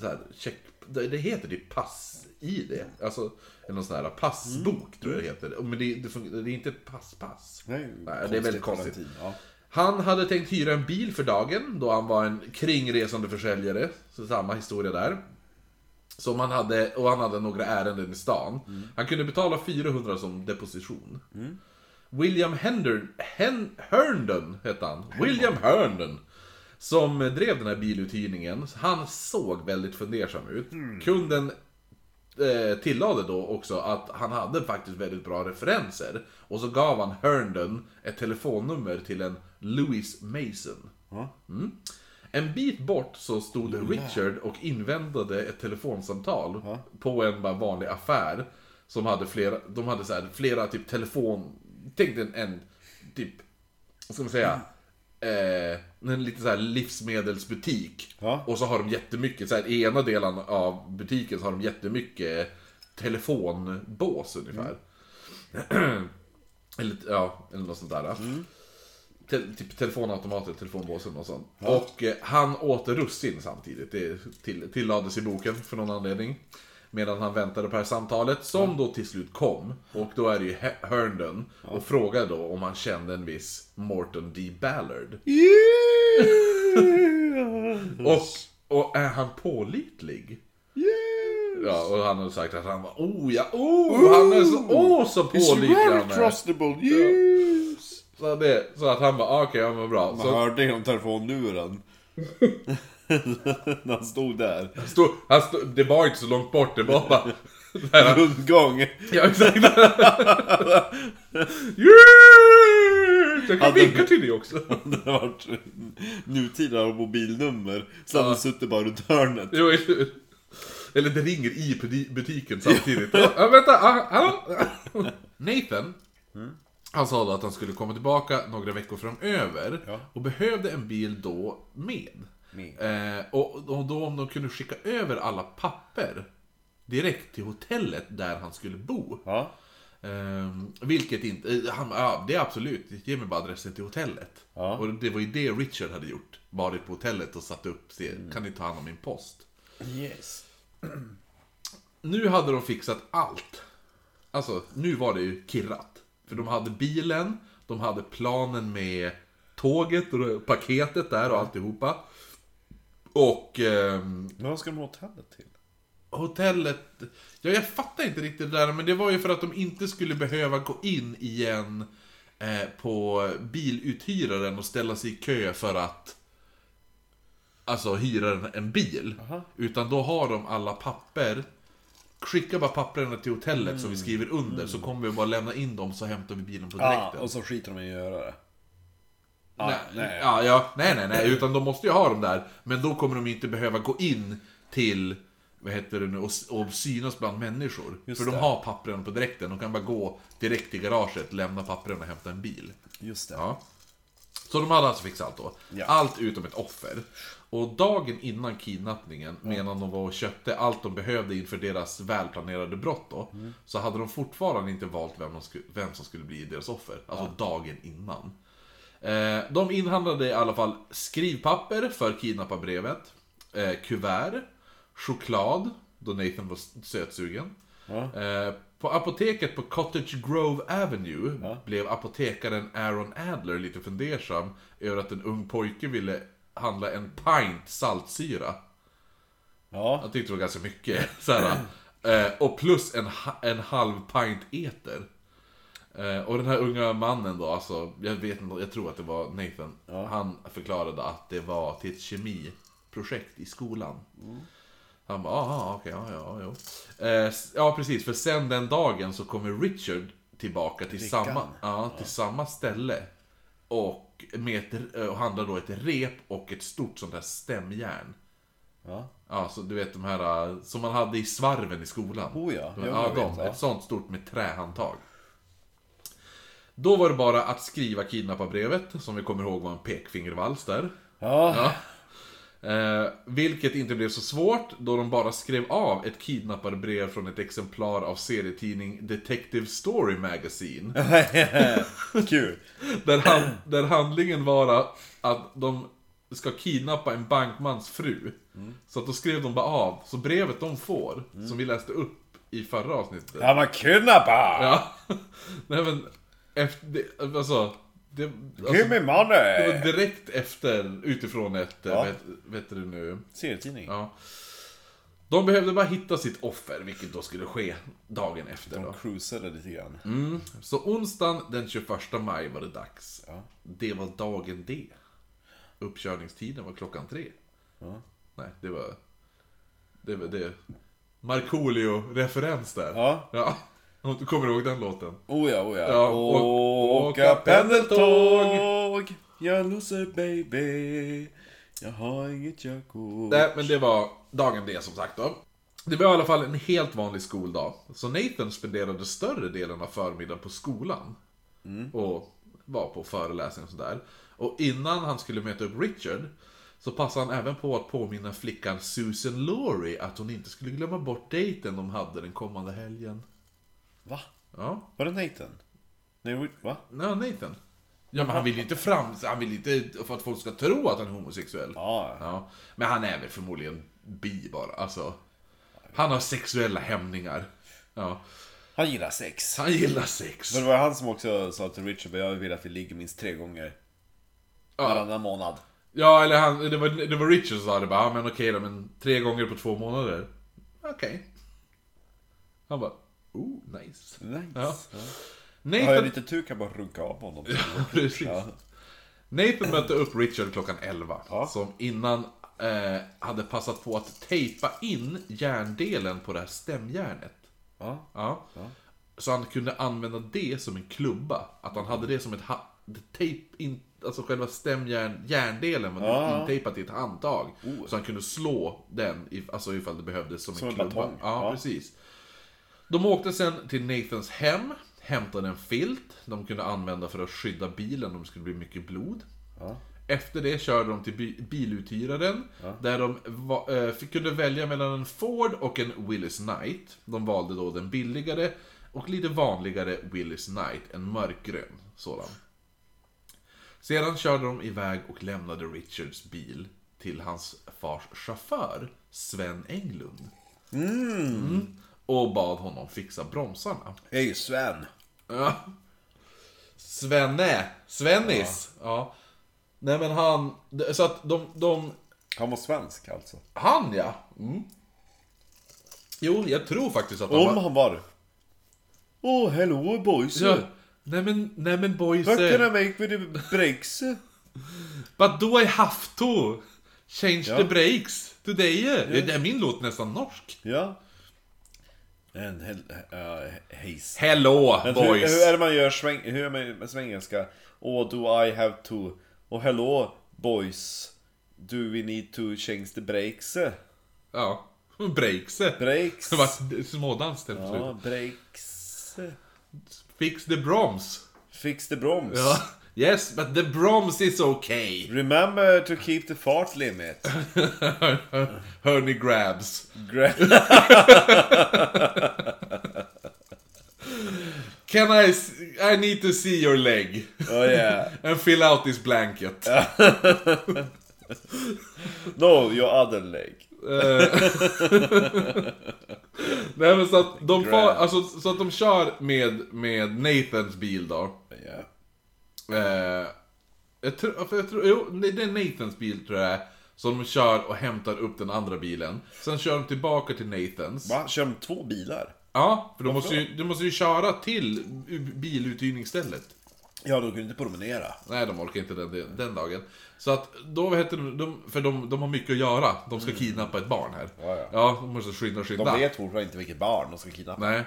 B: så här, check, det det heter det pass-ID. Alltså, eller någon sån här passbok tror jag det heter. Men det, det, fungerar, det är inte ett pass-pass.
A: Nej,
B: det är
A: konstigt
B: väldigt
A: på den
B: konstigt.
A: tiden, Ja.
B: Han hade tänkt hyra en bil för dagen då han var en kringresande försäljare. Så samma historia där. Som han hade, och han hade några ärenden i stan. Han kunde betala 400 som deposition. William Hendern, Hen, Herndon hette han. William Herndon. Som drev den här biluthyrningen. Han såg väldigt fundersam ut. Kunden eh, tillade då också att han hade faktiskt väldigt bra referenser. Och så gav han Herndon ett telefonnummer till en Louis Mason.
A: Ja.
B: Mm. En bit bort så stod Richard och inväntade ett telefonsamtal på en bara vanlig affär. Som hade flera, de hade så här, flera typ telefon... Tänk dig en, en typ, vad ska man säga? Eh, en liten så här livsmedelsbutik.
A: Ja.
B: Och så har de jättemycket, så här, i ena delen av butiken så har de jättemycket telefonbås ungefär. [CLEARS THROAT] eller, ja, eller något sånt där. Te- typ telefonautomater, telefonbåsen och sånt. Och eh, han åt russin samtidigt. Det till, tillades i boken för någon anledning. Medan han väntade på det här samtalet som då till slut kom. Och då är det ju He- Herndon. Och frågar då om han kände en viss Morton D. Ballard. Och, och är han pålitlig? Ja, och han har sagt att han var oh ja, oh, han är så, oh, så
A: It's
B: pålitlig
A: very
B: han är.
A: trustable news!
B: Så, det, så att han bara, ah, okej, ja men bra.
A: Man
B: Så
A: hörde genom telefonluren.
B: [LAUGHS]
A: [LAUGHS] När han stod där.
B: stod, han stod, det var inte så långt bort, det var bara...
A: [LAUGHS]
B: Där,
A: Rundgång.
B: ja, [LAUGHS] exakt. Yeah! Jag kan
A: Hade-
B: vinka till dig också.
A: Det hade varit nutida mobilnummer. Så hade han suttit bara runt hörnet.
B: [LAUGHS] Jo, Eller det ringer i buti- butiken samtidigt. ja, vänta, ah, hallå? [LAUGHS] Nathan, han sa då att han skulle komma tillbaka några veckor framöver
A: Ja.
B: och behövde en bil då med. Eh, och, och då om de kunde skicka över alla papper direkt till hotellet där han skulle bo.
A: Ja.
B: Ehm, vilket inte, eh, han, ja, det är absolut, ge mig bara adressen till hotellet.
A: Ja.
B: Och det var ju det Richard hade gjort. Varit på hotellet och satt upp, se, kan ni ta hand om min post?
A: Yes.
B: Nu hade de fixat allt. Alltså, nu var det ju kirrat. För de hade bilen, de hade planen med tåget och paketet där och alltihopa. Och ehm,
A: Men vad ska de ha hotellet till?
B: hotellet... Ja, jag fattar inte riktigt det där, men det var ju för att de inte skulle behöva gå in igen eh, på biluthyraren och ställa sig i kö för att alltså hyra en, en bil.
A: Aha.
B: Utan då har de alla papper. Skicka bara papperna till hotellet som vi skriver under så kommer vi bara lämna in dem så hämtar vi bilen på direkten.
A: och så skiter de i att göra det. Ah,
B: nej,
A: nej.
B: Ja, ja, nej, nej, nej, utan de måste ju ha dem där. Men då kommer de inte behöva gå in till, vad heter det nu, och, och synas bland människor.
A: Just
B: För de
A: det.
B: har pappren på direkten, de kan bara gå direkt till garaget, lämna pappren och hämta en bil.
A: Just det.
B: Ja. Så de hade alltså fixat allt då.
A: Ja.
B: Allt utom ett offer. Och dagen innan kidnappningen, medan de var och köpte allt de behövde inför deras välplanerade brott då, så hade de fortfarande inte valt vem, de sku- vem som skulle bli deras offer. Alltså dagen innan. Eh, de inhandlade i alla fall skrivpapper för kidnapparbrevet, eh, kuvert, choklad, då Nathan var s- sötsugen.
A: Ja.
B: Eh, På apoteket på Cottage Grove Avenue blev apotekaren Aaron Adler lite fundersam över att en ung pojke ville handla en pint saltsyra.
A: Ja.
B: Han tyckte det var ganska mycket. Så här, eh, och plus en, ha- en halv pint eter. Eh, och den här unga mannen då, alltså, jag vet inte, jag tror att det var Nathan. Han förklarade att det var till ett kemiprojekt i skolan. Han bara, aha, okej, ja, ja, jo. Eh, s- ja, precis, för sen den dagen så kommer Richard tillbaka till,
A: Rickan.
B: samma, ja, till samma ställe. Och med ett, eh, och handlar då ett rep och ett stort sånt där stämjärn.
A: Ja.
B: Ja, så du vet de här eh, som man hade i svarven i skolan.
A: Oh ja,
B: De här-
A: jo,
B: ja
A: jag
B: de,
A: vet, ja.
B: ett sånt stort med trähandtag. Då var det bara att skriva kidnapparbrevet, som vi kommer ihåg var en pekfingervals där.
A: Ja.
B: Ja. Eh, vilket inte blev så svårt då de bara skrev av ett kidnapparbrev från ett exemplar av serietidning Detective Story Magazine.
A: [LAUGHS] Kul.
B: Där, han, där handlingen var att de ska kidnappa en bankmans fru. Så att då skrev de bara av. Så brevet de får, som vi läste upp i förra avsnittet.
A: Han var kidnappad!
B: Ja. [LAUGHS] Nej men, efter, det, alltså. Det, alltså
A: Give me
B: det
A: money!
B: var direkt efter, utifrån ett,
A: Ja.
B: vet, vet du nu,
A: Serietidning.
B: Ja. De behövde bara hitta sitt offer, vilket då skulle ske dagen efter. Då.
A: De cruisade lite grann.
B: Mm. Så onsdagen den 21 maj var det dags.
A: Ja.
B: Det var dagen D. Uppkörningstiden var klockan tre.
A: Ja.
B: Nej, det var... Det var det. Markoolio-referens där.
A: Ja.
B: ja. Om du kommer ihåg den låten.
A: Oh ja, oh ja.
B: Ja,
A: Å-
B: å-
A: åka
B: åka
A: pendeltåg. Jag är en loser baby. Jag har inget körkort.
B: Nej, men det var dagen det som sagt då. Det var i alla fall en helt vanlig skoldag. Så Nathan spenderade större delen av förmiddagen på skolan. Och var på föreläsningar och sådär. Och innan han skulle möta upp Richard så passade han även på att påminna flickan Susan Laurie att hon inte skulle glömma bort dejten de hade den kommande helgen.
A: Va?
B: Ja,
A: Var det Nathan? Nej, va?
B: nej Nathan. Ja, men han vill ju inte fram... Han vill inte... För att folk ska tro att han är homosexuell.
A: Ja.
B: Ja, men han är väl förmodligen bi bara, alltså. Han har sexuella hämningar. Ja,
A: Han gillar sex.
B: han gillar sex.
A: Men det var han som också sa till Richard jag vill att vi ligger minst tre gånger.
B: Ja,
A: Varannan månad.
B: ja eller han, det, var, det var Richard som sa det bara, ja, men okej då, men tre gånger på två månader. Okej. Han bara, oh, nice.
A: Nice.
B: Ja.
A: Har jag
B: Nathan,
A: lite tur kan jag bara runka av honom.
B: [LAUGHS] precis.
A: Ja.
B: Nathan mötte upp Richard klockan 11,
A: Ja.
B: som innan eh, hade passat på att tejpa in järndelen på det här stämjärnet.
A: Ja.
B: Ja. Så han kunde använda det som en klubba. Att han hade det som ett ha- tejp, in, alltså själva stämjärn, järndelen var
A: Ja.
B: intejpad i ett handtag.
A: Oh.
B: Så han kunde slå den, if, alltså ifall det behövdes, som,
A: Som en
B: en klubba.
A: batong.
B: Ja,
A: Ja.
B: precis. De åkte sen till Nathans hem, hämtade en filt de kunde använda för att skydda bilen om det skulle bli mycket blod.
A: Ja.
B: Efter det körde de till bi- biluthyraren, där de va- eh, fick, kunde välja mellan en Ford och en Willys Knight. De valde då den billigare och lite vanligare Willys Knight, en mörkgrön sådan. Sedan körde de iväg och lämnade Richards bil till hans fars chaufför, Sven Englund. Mm. Och bad honom fixa bromsarna.
A: Hej Sven.
B: Ja. Svenne! Svennis! Ja. Nej men han, så att de, de
A: Han var svensk alltså.
B: han ja! Mm. Jo, jag tror faktiskt att han
A: Om han var det. Oh hello boys.
B: Ja. Nej men, nej men boys.
A: What can
B: eh,
A: I make with the breaks?
B: But do I have to? Change
A: Ja.
B: the breaks today? eh? Det Det är min låt nästan norsk.
A: ja. En hel... Uh, hejs.
B: Hello
A: Men Hur,
B: boys!
A: hur är det man gör sväng... Hur är man med svengelska? Oh do I have to... Och hello boys. Do we need to change the breaks?
B: Ja. Breaks. [LAUGHS]
A: Breaks.
B: Det var smådans till slut.
A: Ja, breaks.
B: Fix the broms.
A: Fix the broms.
B: Ja. [LAUGHS] Yes, but the broms is okay.
A: Remember to keep the fart limit.
B: [LAUGHS] Hörni grabs.
A: Gra- [LAUGHS]
B: Can I... s- I need to see your leg.
A: oh yeah.
B: And fill out
A: [LAUGHS]
B: this blanket.
A: No, your other leg.
B: Nej men så att de, far,
A: Grabs.
B: alltså, så att de kör med, med Nathans bil då.
A: Yeah.
B: Eh, jag tror, för jag tror, jo, nej, det är Nathans bil tror jag det är, Som de kör och hämtar upp den andra bilen. Sen kör de tillbaka till Nathans.
A: Va? Kör de två bilar?
B: Ja, för de måste, ju, de måste ju köra till biluthyrningsstället.
A: Ja, de kunde inte promenera.
B: Nej, de orkar inte den, den dagen. Så att då, vad heter det, de, för de, de har mycket att göra. De ska kidnappa ett barn här.
A: Mm. Ja, ja.
B: de måste skynda, skynda.
A: De vet fortfarande inte vilket barn de ska kidnappa.
B: Nej.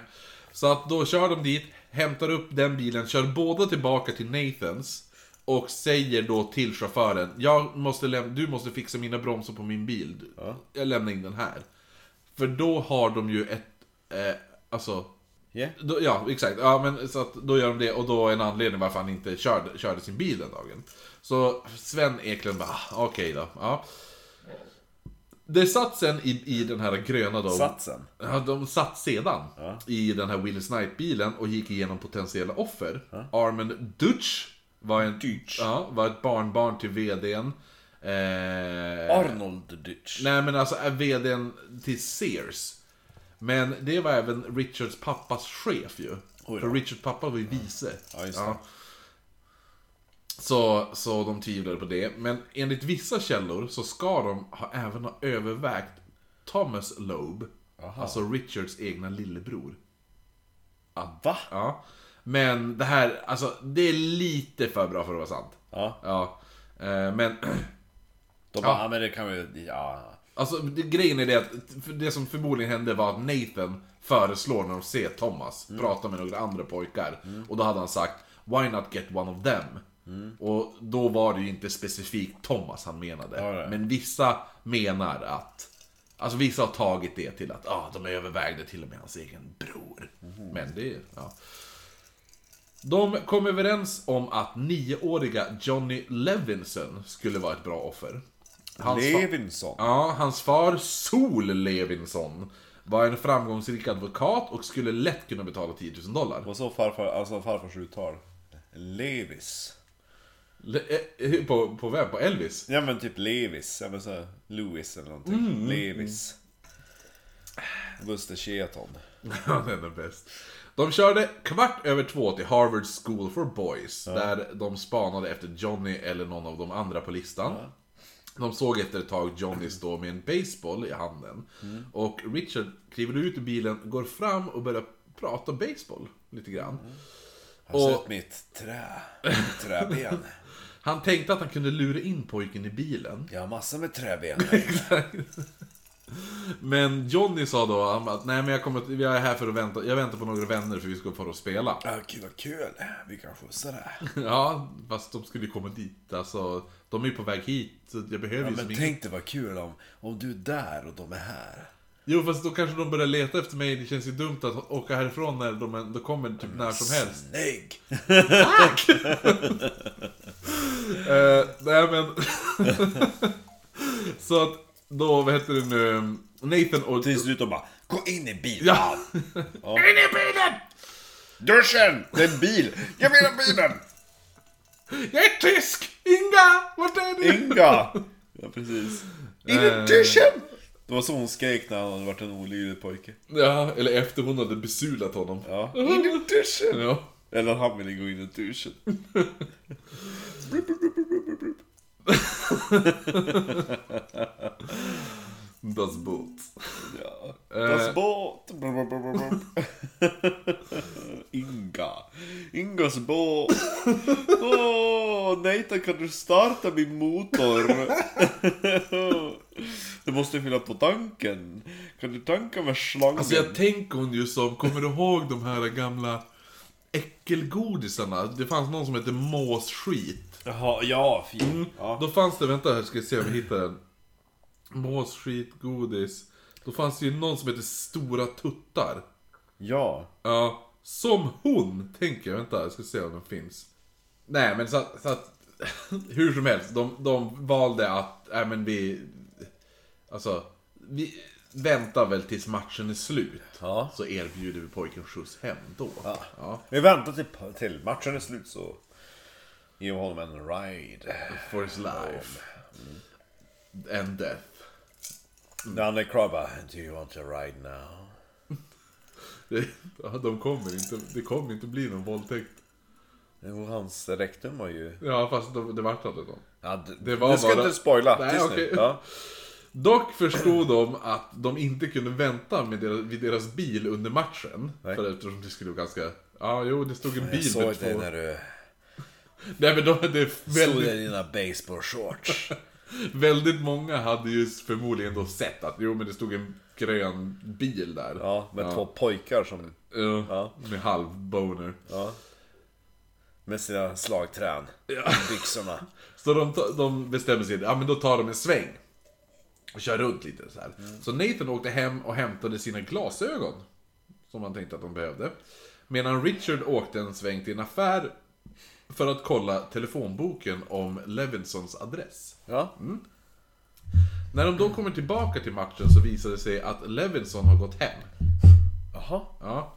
B: Så att då kör de dit, hämtar upp den bilen, kör båda tillbaka till Nathans Och säger då till chauffören, jag måste läm- du måste fixa mina bromsar på min bil. Jag lämnar in den här. För då har de ju ett, eh, alltså,
A: Ja.
B: då, ja exakt. Ja, men, så att, då gör de det och då är en anledning varför han inte körde, körde sin bil den dagen. Så Sven Eklund bara, "Ah, okej då. Ja. Det satt sen i, i den här gröna då.
A: Satsen.
B: Ja, de satt sedan i den här Willis Knight-bilen och gick igenom potentiella offer. Armen Dutch var, en,
A: Dutch.
B: Ja, var ett barnbarn till VDn. Eh,
A: Arnold Dutch.
B: nej, men alltså är VDn till Sears. Men det var även Richards pappas chef ju.
A: Oj då.
B: För Richards pappa var ju vice.
A: Ja, just det.
B: Så, så de tvivlade på det. Men enligt vissa källor så ska de ha även ha övervägt Thomas Loeb. Alltså Richards egna lillebror.
A: Ah, Va?
B: Ja. Men det här, alltså det är lite för bra för att vara sant.
A: Ja.
B: Ja. Eh, Men [CLEARS THROAT]
A: De bara, ja. men det kan vi... Ja.
B: Alltså det, grejen är det att för det som förmodligen hände var att Nathan föreslår när de ser Thomas
A: Mm.
B: prata med några andra pojkar. Och då hade han sagt Why not get one of them?
A: Mm.
B: Och då var det ju inte specifikt Thomas han menade.
A: Ja, ja.
B: Men vissa menar att Alltså vissa har tagit det till att ah, de övervägde till och med hans egen bror.
A: Mm.
B: Men det är ja. De kom överens om att nioåriga Johnny Levinson skulle vara ett bra offer. Hans fa-
A: Levinson.
B: Ja, hans far Sol Levinson var en framgångsrik advokat och skulle lätt kunna betala 10 000 dollar.
A: Och så farfar, alltså farfars uttal. Levis.
B: Le- eh, på, på vem? På Elvis? [LAUGHS]
A: Ja men typ Levis, ja men så här, Lewis eller någonting.
B: Mm.
A: Levis. Buster Cheaton.
B: Ja, den är bäst. De körde kvart över två till Harvard School for Boys, där de spanade efter Johnny eller någon av de andra på listan. De såg efter ett tag Johnny stå med en baseball i handen. Och Richard kliver ut ur bilen, går fram och börjar prata baseball lite grann.
A: Har
B: Och-
A: sett mitt trä? Mitt träben.
B: Han tänkte att han kunde lura in pojken i bilen.
A: Jag har massor med träben.
B: Men Johnny sa då han att nej men jag, kommer, jag är här för att vänta, jag väntar på några vänner för vi ska få och spela. [LAUGHS]
A: Ah, Gud vad kul. Vi kan skjutsa det. här.
B: ja, fast de skulle ju komma dit, alltså de är ju på väg hit så jag behöver ju som
A: Men
B: ingen...
A: tänk dig vad kul om, om du är där och de är här.
B: Jo fast då kanske de börjar leta efter mig, det känns ju dumt att åka härifrån när de ändå kommer typ när som helst. [LAUGHS]
A: Snygg!
B: Eh, nej men... [LAUGHS] så att då, vad heter det nu, Nathan och...
A: Till slut de bara, gå in i bilen!
B: Ja!
A: In
B: [LAUGHS]
A: i bilen! Duschen! Det är en bil! Jag menar bilen!
B: Jag är tysk! Inga! Vart är du?
A: Inga! Ja, precis. In i duschen! Det var så hon skrek när han hade varit en olydig pojke.
B: Ja, eller efter hon hade besulat honom.
A: Ja. In i duschen!
B: Ja.
A: Eller han ville gå in i duschen.
B: Das Boot.
A: Ja. Das Boot! [LAUGHS] Inga. Ingas båt. Åh, Nathan kan du starta min motor? [LAUGHS] Du måste fylla på tanken. Kan du tanka med slangen?
B: Alltså jag tänker hon ju som, kommer du ihåg de här gamla äckelgodisarna? Det fanns någon som hette måsskit.
A: Jaha, ja, fin. Ja.
B: Då fanns det, vänta här ska jag se om jag hittar den. Måsskit, godis. Då fanns det ju någon som hette Stora Tuttar.
A: ja.
B: Ja, som hon, tänker jag. Vänta, jag ska se om den finns. Nej, men så, att- så att... [LAUGHS] hur som helst, de, de valde att, nej men vi... Alltså, vi väntar väl tills matchen är slut.
A: Ja.
B: Så erbjuder vi pojken skjuts hem då. Ja.
A: Vi väntar till, till matchen är slut så ger vi honom en ride.
B: For his life. And death. [LAUGHS]
A: När han är kvar bara, do you want a ride now?
B: Ja, de kommer inte, det kommer inte bli någon våldtäkt.
A: Jo, hans rektum var ju...
B: Ja, fast de, det vart aldrig någon.
A: Ja, d-
B: Det var
A: du ska
B: bara-
A: inte spoila.
B: Nej,
A: Tyst
B: okej.
A: nu.
B: [LAUGHS]
A: Ja.
B: Dock förstod de att de inte kunde vänta med deras, vid deras bil under matchen.
A: Nej.
B: För eftersom det skulle vara ganska... Ja, jo, det stod en
A: Jag
B: bil
A: såg
B: med två...
A: dig när du...
B: Nej, men de, det är
A: Såg
B: väldigt,
A: dig i dina baseballshorts.
B: väldigt många hade ju förmodligen då sett att jo, men det stod en grön bil där. Eh,
A: Ja, med två pojkar som...
B: Ja,
A: Ja.
B: Med halv boner.
A: Ja. Med sina slagträn.
B: Ja.
A: Byxorna.
B: Så de, ta- de bestämmer sig, ja men då tar de en sväng. Och kör runt lite så här. Så Nathan åkte hem och hämtade sina glasögon. Som han tänkte att de behövde. Medan Richard åkte en sväng till en affär. För att kolla telefonboken om Levinsons adress.
A: Ja.
B: Mm. När de då kommer tillbaka till matchen så visar det sig att Levinson har gått hem.
A: Jaha.
B: Ja.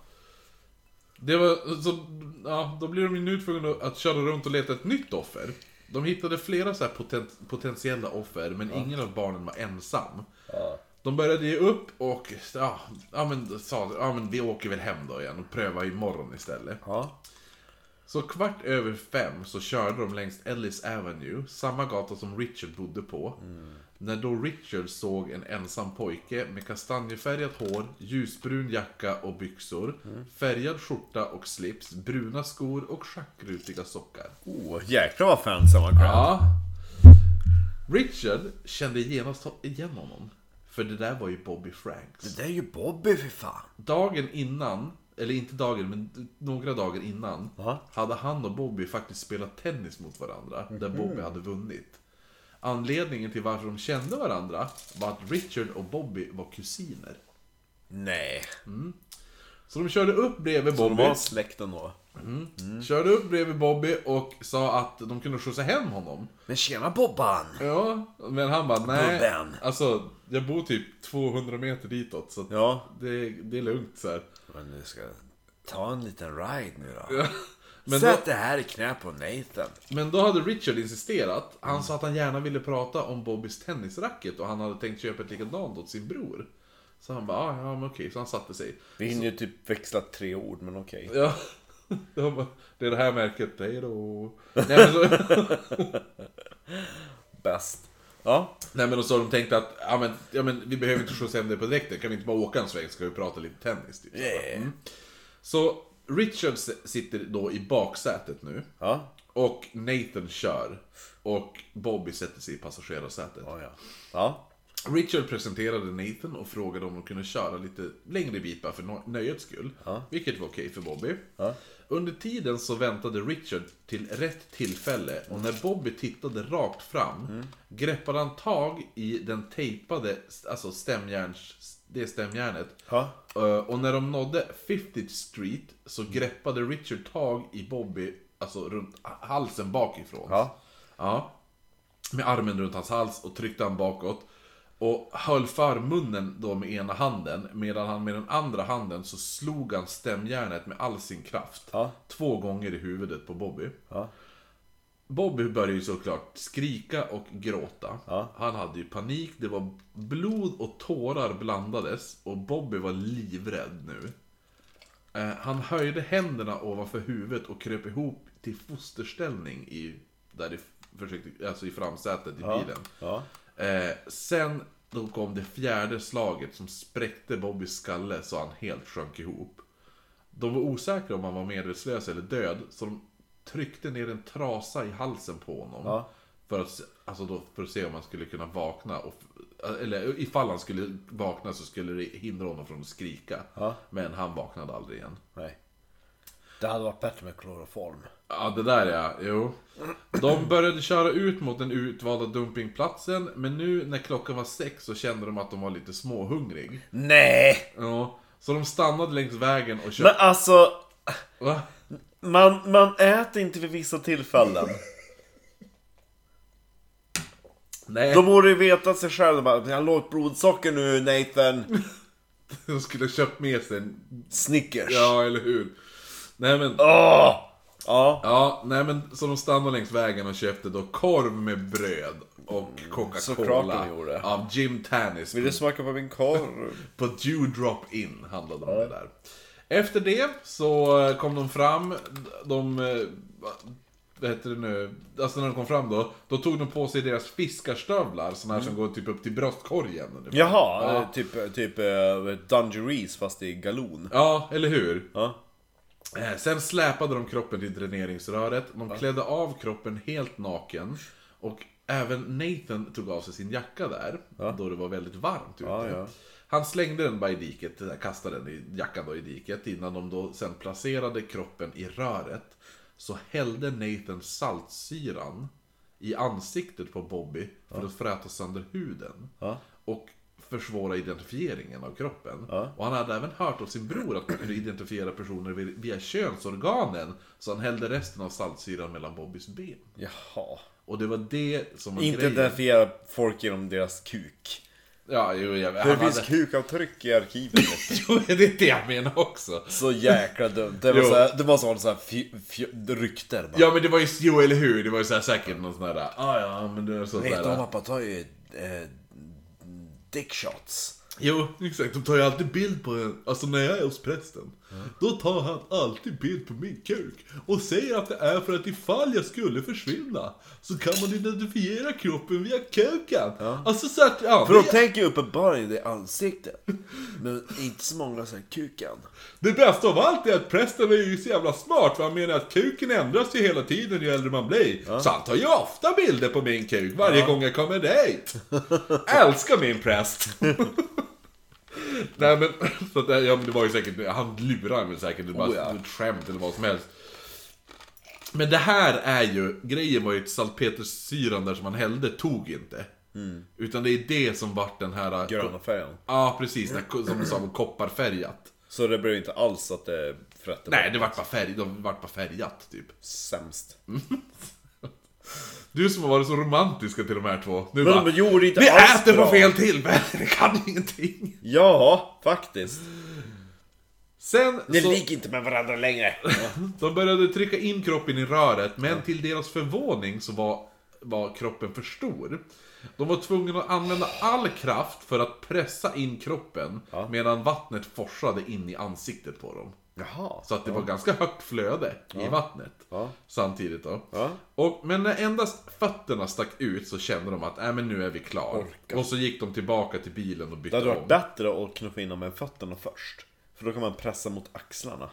B: Det var, så, ja, då blir de ju nu tvungna att köra runt och leta ett nytt offer. De hittade flera så här poten- potentiella offer, men ingen av barnen var ensam.
A: Ja.
B: De började ge upp och ja, ja, men, då sa, ja, men vi åker väl hem då igen och prövar imorgon istället.
A: Ja.
B: Så kvart över fem så körde de längs Ellis Avenue, samma gata som Richard bodde på. När då Richard såg en ensam pojke med kastanjefärgat hår, ljusbrun jacka och byxor, färgad skjorta och slips, bruna skor och schackrutiga sockar.
A: Oh, jäklar vad fans han var crowd.
B: Ja. Richard kände genast igen honom. För det där var ju Bobby Franks.
A: Det där är ju Bobby för fan.
B: Dagen innan, eller inte dagen, men några dagar innan,
A: Ja.
B: hade han och Bobby faktiskt spelat tennis mot varandra, där
A: Mhm.
B: Bobby hade vunnit. Anledningen till varför de kände varandra var att Richard och Bobby var kusiner.
A: Nej.
B: Så de körde upp bredvid
A: De
B: Bobby,
A: var Mm. släkt ändå.
B: körde upp bredvid Bobby och sa att de kunde skjutsa hem honom.
A: Men tjena Bobban!
B: Ja, men han bara nej.
A: Bubben.
B: Alltså, jag bor typ 200 meter ditåt så att
A: Ja.
B: det, det är lugnt så här.
A: Men nu ska jag ta en liten ride nu då.
B: Men då-
A: Sätt det här i knä på Nathan.
B: Men då hade Richard insisterat. Han sa att han gärna ville prata om Bobbys tennisracket och han hade tänkt köpa ett likadant åt sin bror. Så han bara, "Ah, ja men okej, så han satte sig.
A: Vi hinner ju typ växla tre ord, men okej.
B: Ja. [LAUGHS] Han bara, Det är det här märket, hej då. Nej men, så, [LAUGHS]
A: Bäst. Ja.
B: nej men och så har de tänkt att, ja men, ja men vi behöver inte skjutsa hem dig på direkten, kan vi inte bara åka en sväng så ska vi prata lite tennis? Typ.
A: Yeah.
B: Så Richard s- sitter då i baksätet nu.
A: Ja.
B: Och Nathan kör. Och Bobby sätter sig i passagerarsätet.
A: Ja, ja. Ja.
B: Richard presenterade Nathan och frågade om de kunde köra lite längre bit bara för no- nöjets skull. Vilket var okej för Bobby. Under tiden så väntade Richard till rätt tillfälle och när Bobby tittade rakt fram
A: Mm.
B: greppade han tag i den tejpade, alltså stämjärns, det stämjärnet.
A: Ja.
B: Eh, Och när de nådde 50th Street så greppade Richard tag i Bobby, alltså runt halsen bakifrån.
A: Ja.
B: Ja. Med armen runt hans hals och tryckte han bakåt. Och höll för munnen då med ena handen medan han med den andra handen så slog han stämjärnet med all sin kraft.
A: Ja.
B: Två gånger i huvudet på Bobby.
A: Ja.
B: Bobby började ju såklart skrika och gråta.
A: Ja.
B: Han hade ju panik, det var blod och tårar blandades och Bobby var livrädd nu. Eh, han höjde händerna ovanför huvudet och kröp ihop till fosterställning i, där i, försökte, alltså i framsätet i bilen.
A: Ja.
B: Eh, sen då kom det fjärde slaget som spräckte Bobbys skalle så han helt sjönk ihop. De var osäkra om han var medvetslös eller död, så de tryckte ner en trasa i halsen på honom.
A: Ja.
B: För, att, se- alltså då, för att se om han skulle kunna vakna. Och, f- eller ifall han skulle vakna så skulle det hindra honom från att skrika.
A: Ja.
B: Men han vaknade aldrig igen.
A: Nej. Det hade varit bättre med kloroform.
B: Ja, det där ja. Jo. De började köra ut mot den utvalda dumpingplatsen, men nu när klockan var sex så kände de att de var lite småhungrig.
A: Nej!
B: Ja, så de stannade längs vägen och
A: Men
B: köpte...
A: alltså,
B: Va?
A: man, man äter inte vid vissa tillfällen.
B: Nej,
A: Då
B: de...
A: borde ju veta sig själv bara, jag har lågt blodsocker nu Nathan.
B: skulle ha köpt med sig en...
A: Snickers. Ja.
B: Ja, eller hur? Nej men...
A: Ja.
B: Ja, nej men så de stannade längs vägen och köpte då korv med bröd och
A: Mm, såklart de
B: Coca-Cola
A: gjorde.
B: av Jim Tannis
A: Vill du smaka på min korv?
B: På Dewdrop In handlade de om det där. Efter det så eh, kom de fram, de... eh, Vad heter det nu? Alltså när de kom fram då, då tog de på sig deras fiskarstövlar, såna här som går typ upp till bröstkorgen. ungefär.
A: Jaha,
B: Ja.
A: eh, typ, typ eh, dungarees fast i galon.
B: Ja, eller hur?
A: Ja.
B: Eh, Sen släpade de kroppen till dräneringsröret, de klädde av kroppen helt naken och även Nathan tog av sig sin jacka där, då det var väldigt varmt ute.
A: Ja, ja.
B: Han slängde den bara i diket, där, kastade den i jackan då i diket, innan de då sen placerade kroppen i röret. så hällde Nathan saltsiran i ansiktet på Bobby för att fräta sönder huden.
A: Ja.
B: Och försvåra identifieringen av kroppen.
A: Ja.
B: Och han hade även hört av sin bror att man kunde identifiera personer vi- via könsorganen. Så han hällde resten av saltsyran mellan Bobbys ben.
A: Jaha.
B: Och det var det som var
A: Inte
B: grejen.
A: identifiera folk genom deras kuk.
B: Ja, jo, jag, han
A: Det finns
B: hade...
A: kukavtryck i arkivet.
B: [LAUGHS] jo, det är det jag menar också.
A: Så jäkla dumt. Det var,
B: Jo.
A: så här, det var sån så här fj- fj- rykter bara.
B: Ja men det var ju, jo eller hur, det var ju så här, säkert någon sån där, ah, ja men det är så
A: Nathan och
B: där.
A: pappa tar ju eh, dickshots.
B: Jo exakt, de tar ju alltid bild på en, alltså när jag är hos prästen. Då tar han alltid bild på min kuk. Och säger att det är för att ifall jag skulle försvinna så kan man identifiera kroppen via kuken. Alltså så att, ja.
A: För de
B: det-
A: tänker uppenbarligen det i ansiktet. Men inte så många som kuken.
B: Det bästa av allt är att prästen är ju så jävla smart för han menar att kuken ändras ju hela tiden ju äldre man blir. Så han tar ju ofta bilder på min kuk varje gång jag
A: [LAUGHS]
B: kommer dit. Älskar min präst. [LAUGHS] Nej men, [CLEARS THROAT] så att, det- ja, men det var ju säkert, han lurar mig säkert, det var
A: Oh, ja.
B: ett skämt eller vad som helst. Men det här är ju, grejen var ju att salpetersyran där som han hällde tog inte. Utan det är det som vart den här...
A: Mm. Gröna färgen.
B: Ja precis, den, som du sa, kopparfärgat.
A: Så det blev inte alls att det frätte
B: Nej, det vart bara, färg, de vart bara färgat typ.
A: sämst.
B: Du som har varit så romantiska till de här två. Nu
A: Men
B: bara,
A: de gjorde inte
B: vi
A: alls
B: äter på
A: bra."
B: fel [LAUGHS] tillfälle, det kan ingenting.
A: Ja, faktiskt.
B: Sen
A: Ni
B: så,
A: ligger inte med varandra
B: [LAUGHS]
A: längre.
B: de började trycka in kroppen i röret, men till deras förvåning så var, var kroppen för stor. De var tvungna att använda all kraft för att pressa in kroppen, medan vattnet forsade in i ansiktet på dem.
A: Jaha.
B: Så att det var ganska högt flöde i vattnet.
A: Ja.
B: Samtidigt då.
A: Ja.
B: Och, men när endast fötterna stack ut så kände de att äh, men nu är vi klara. Och så gick de tillbaka till bilen och
A: Det
B: bytte
A: hade
B: om.
A: varit bättre att knuffa in dem med fötterna först. För då kan man pressa mot axlarna.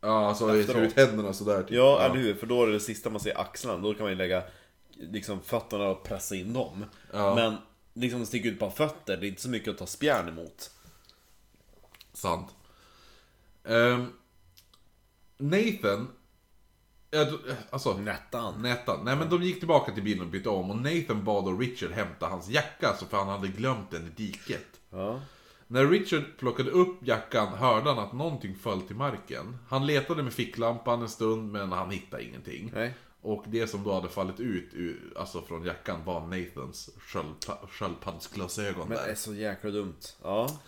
B: Ja, så det ser
A: efteråt.
B: ut händerna sådär. Typ.
A: Ja, eller hur? För då är det det sista man ser axlarna. Då kan man ju lägga liksom, fötterna och pressa in dem. Men liksom sticka ut bara fötter, det är inte så mycket att ta spjärn emot.
B: Sant. Ehm, Nathan... ja, då- Alltså,
A: Nättan.
B: Nätan. Nej men de gick tillbaka till bilen och bytte om och Nathan bad då Richard hämta hans jacka så för han hade glömt den i diket.
A: Ja.
B: När Richard plockade upp jackan hörde han att någonting föll till marken. Han letade med ficklampan en stund men han hittade ingenting.
A: Nej.
B: Och det som då hade fallit ut ur, alltså från jackan var Nathans sköldpa- sköldpaddsglasögon
A: Men
B: där.
A: det är så jäkla dumt. Ja.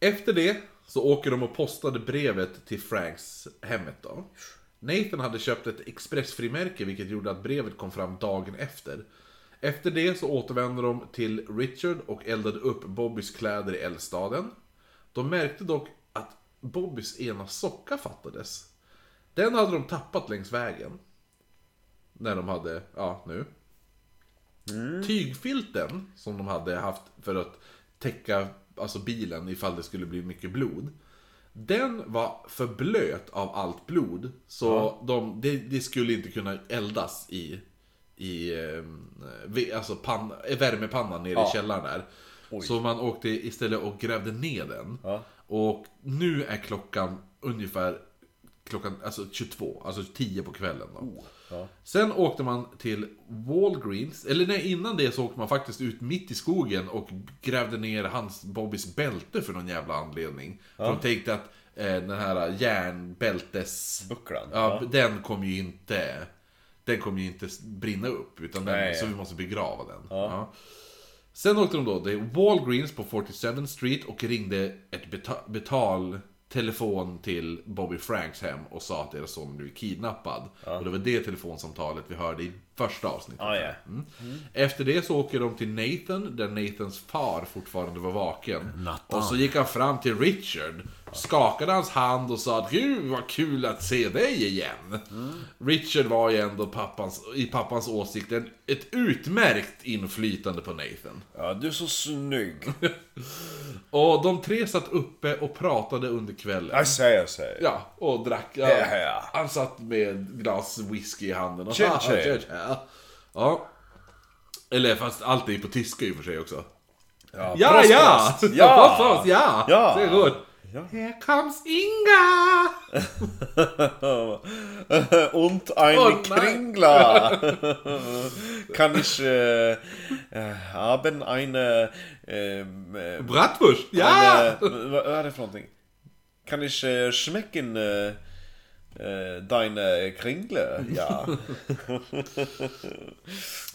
B: Efter det så åker de och postade brevet till Franks hemmet då. Nathan hade köpt ett expressfrimärke vilket gjorde att brevet kom fram dagen efter. Efter det så återvände de till Richard och eldade upp Bobbys kläder i eldstaden. De märkte dock att Bobbys ena socka fattades. Den hade de tappat längs vägen. När de hade, ja nu. Tygfilten som de hade haft för att täcka alltså bilen ifall det skulle bli mycket blod. Den var för blöt av allt blod. Så de, det, det skulle inte kunna eldas i, i eh, ve- alltså panna, värmepannan nere i källaren där. Så man åkte istället och grävde ner den.
A: Ja.
B: Och nu är klockan ungefär klockan alltså 22, alltså 10 på kvällen. Då.
A: ja.
B: Sen åkte man till Walgreens, eller nej innan det så åkte man faktiskt ut mitt i skogen och grävde ner hans, Bobbys bälte för någon jävla anledning. För de tänkte att eh, den här järnbältes...
A: Bucklan.
B: Ja, den kommer ju inte... Den kommer ju inte brinna upp, utan den,
A: Nej.
B: så vi måste begrava den. Ja. Sen åkte de då till Walgreens på 47th Street och ringde ett beta- betaltelefon till Bobby Franks hem och sa att deras son blev kidnappad. Och det var det telefonsamtalet vi hörde i första avsnittet.
A: Ah, ja.
B: Mm. Efter det så åker de till Nathan, där Nathans far fortfarande var vaken. Och så gick han fram till Richard, skakade hans hand och sa att Gud vad kul att se dig igen. Richard var ju ändå pappans, i pappans åsikt en, ett utmärkt inflytande på Nathan.
A: Ja, du är så snygg.
B: Och de tre satt uppe och pratade under kvällen.
A: Jag säger, jag säger.
B: Ja, och drack. Ja.
A: Ja, ja.
B: Han satt med ett glas whisky i handen. Och,
A: Tjena,
B: Ja,
A: tjena.
B: tjena, tjena. Ja. Eller fast allt är ju på tyska i och för sig också. Ja, ja!
A: Ja!
B: Prost, prost, ja!
A: Ja.
B: Sehr gut.
A: Ja.
B: Here comes Inga!
A: [LAUGHS] Und eine
B: Oh, nein.
A: Kringla. [LAUGHS] Kann ich äh, äh, haben eine... ähm, äh,
B: Bratwurst! Ja!
A: eine vad är det för någonting? Kan ich äh, schmecken äh, äh, deine Kringle?
B: [LAUGHS]
A: Ja.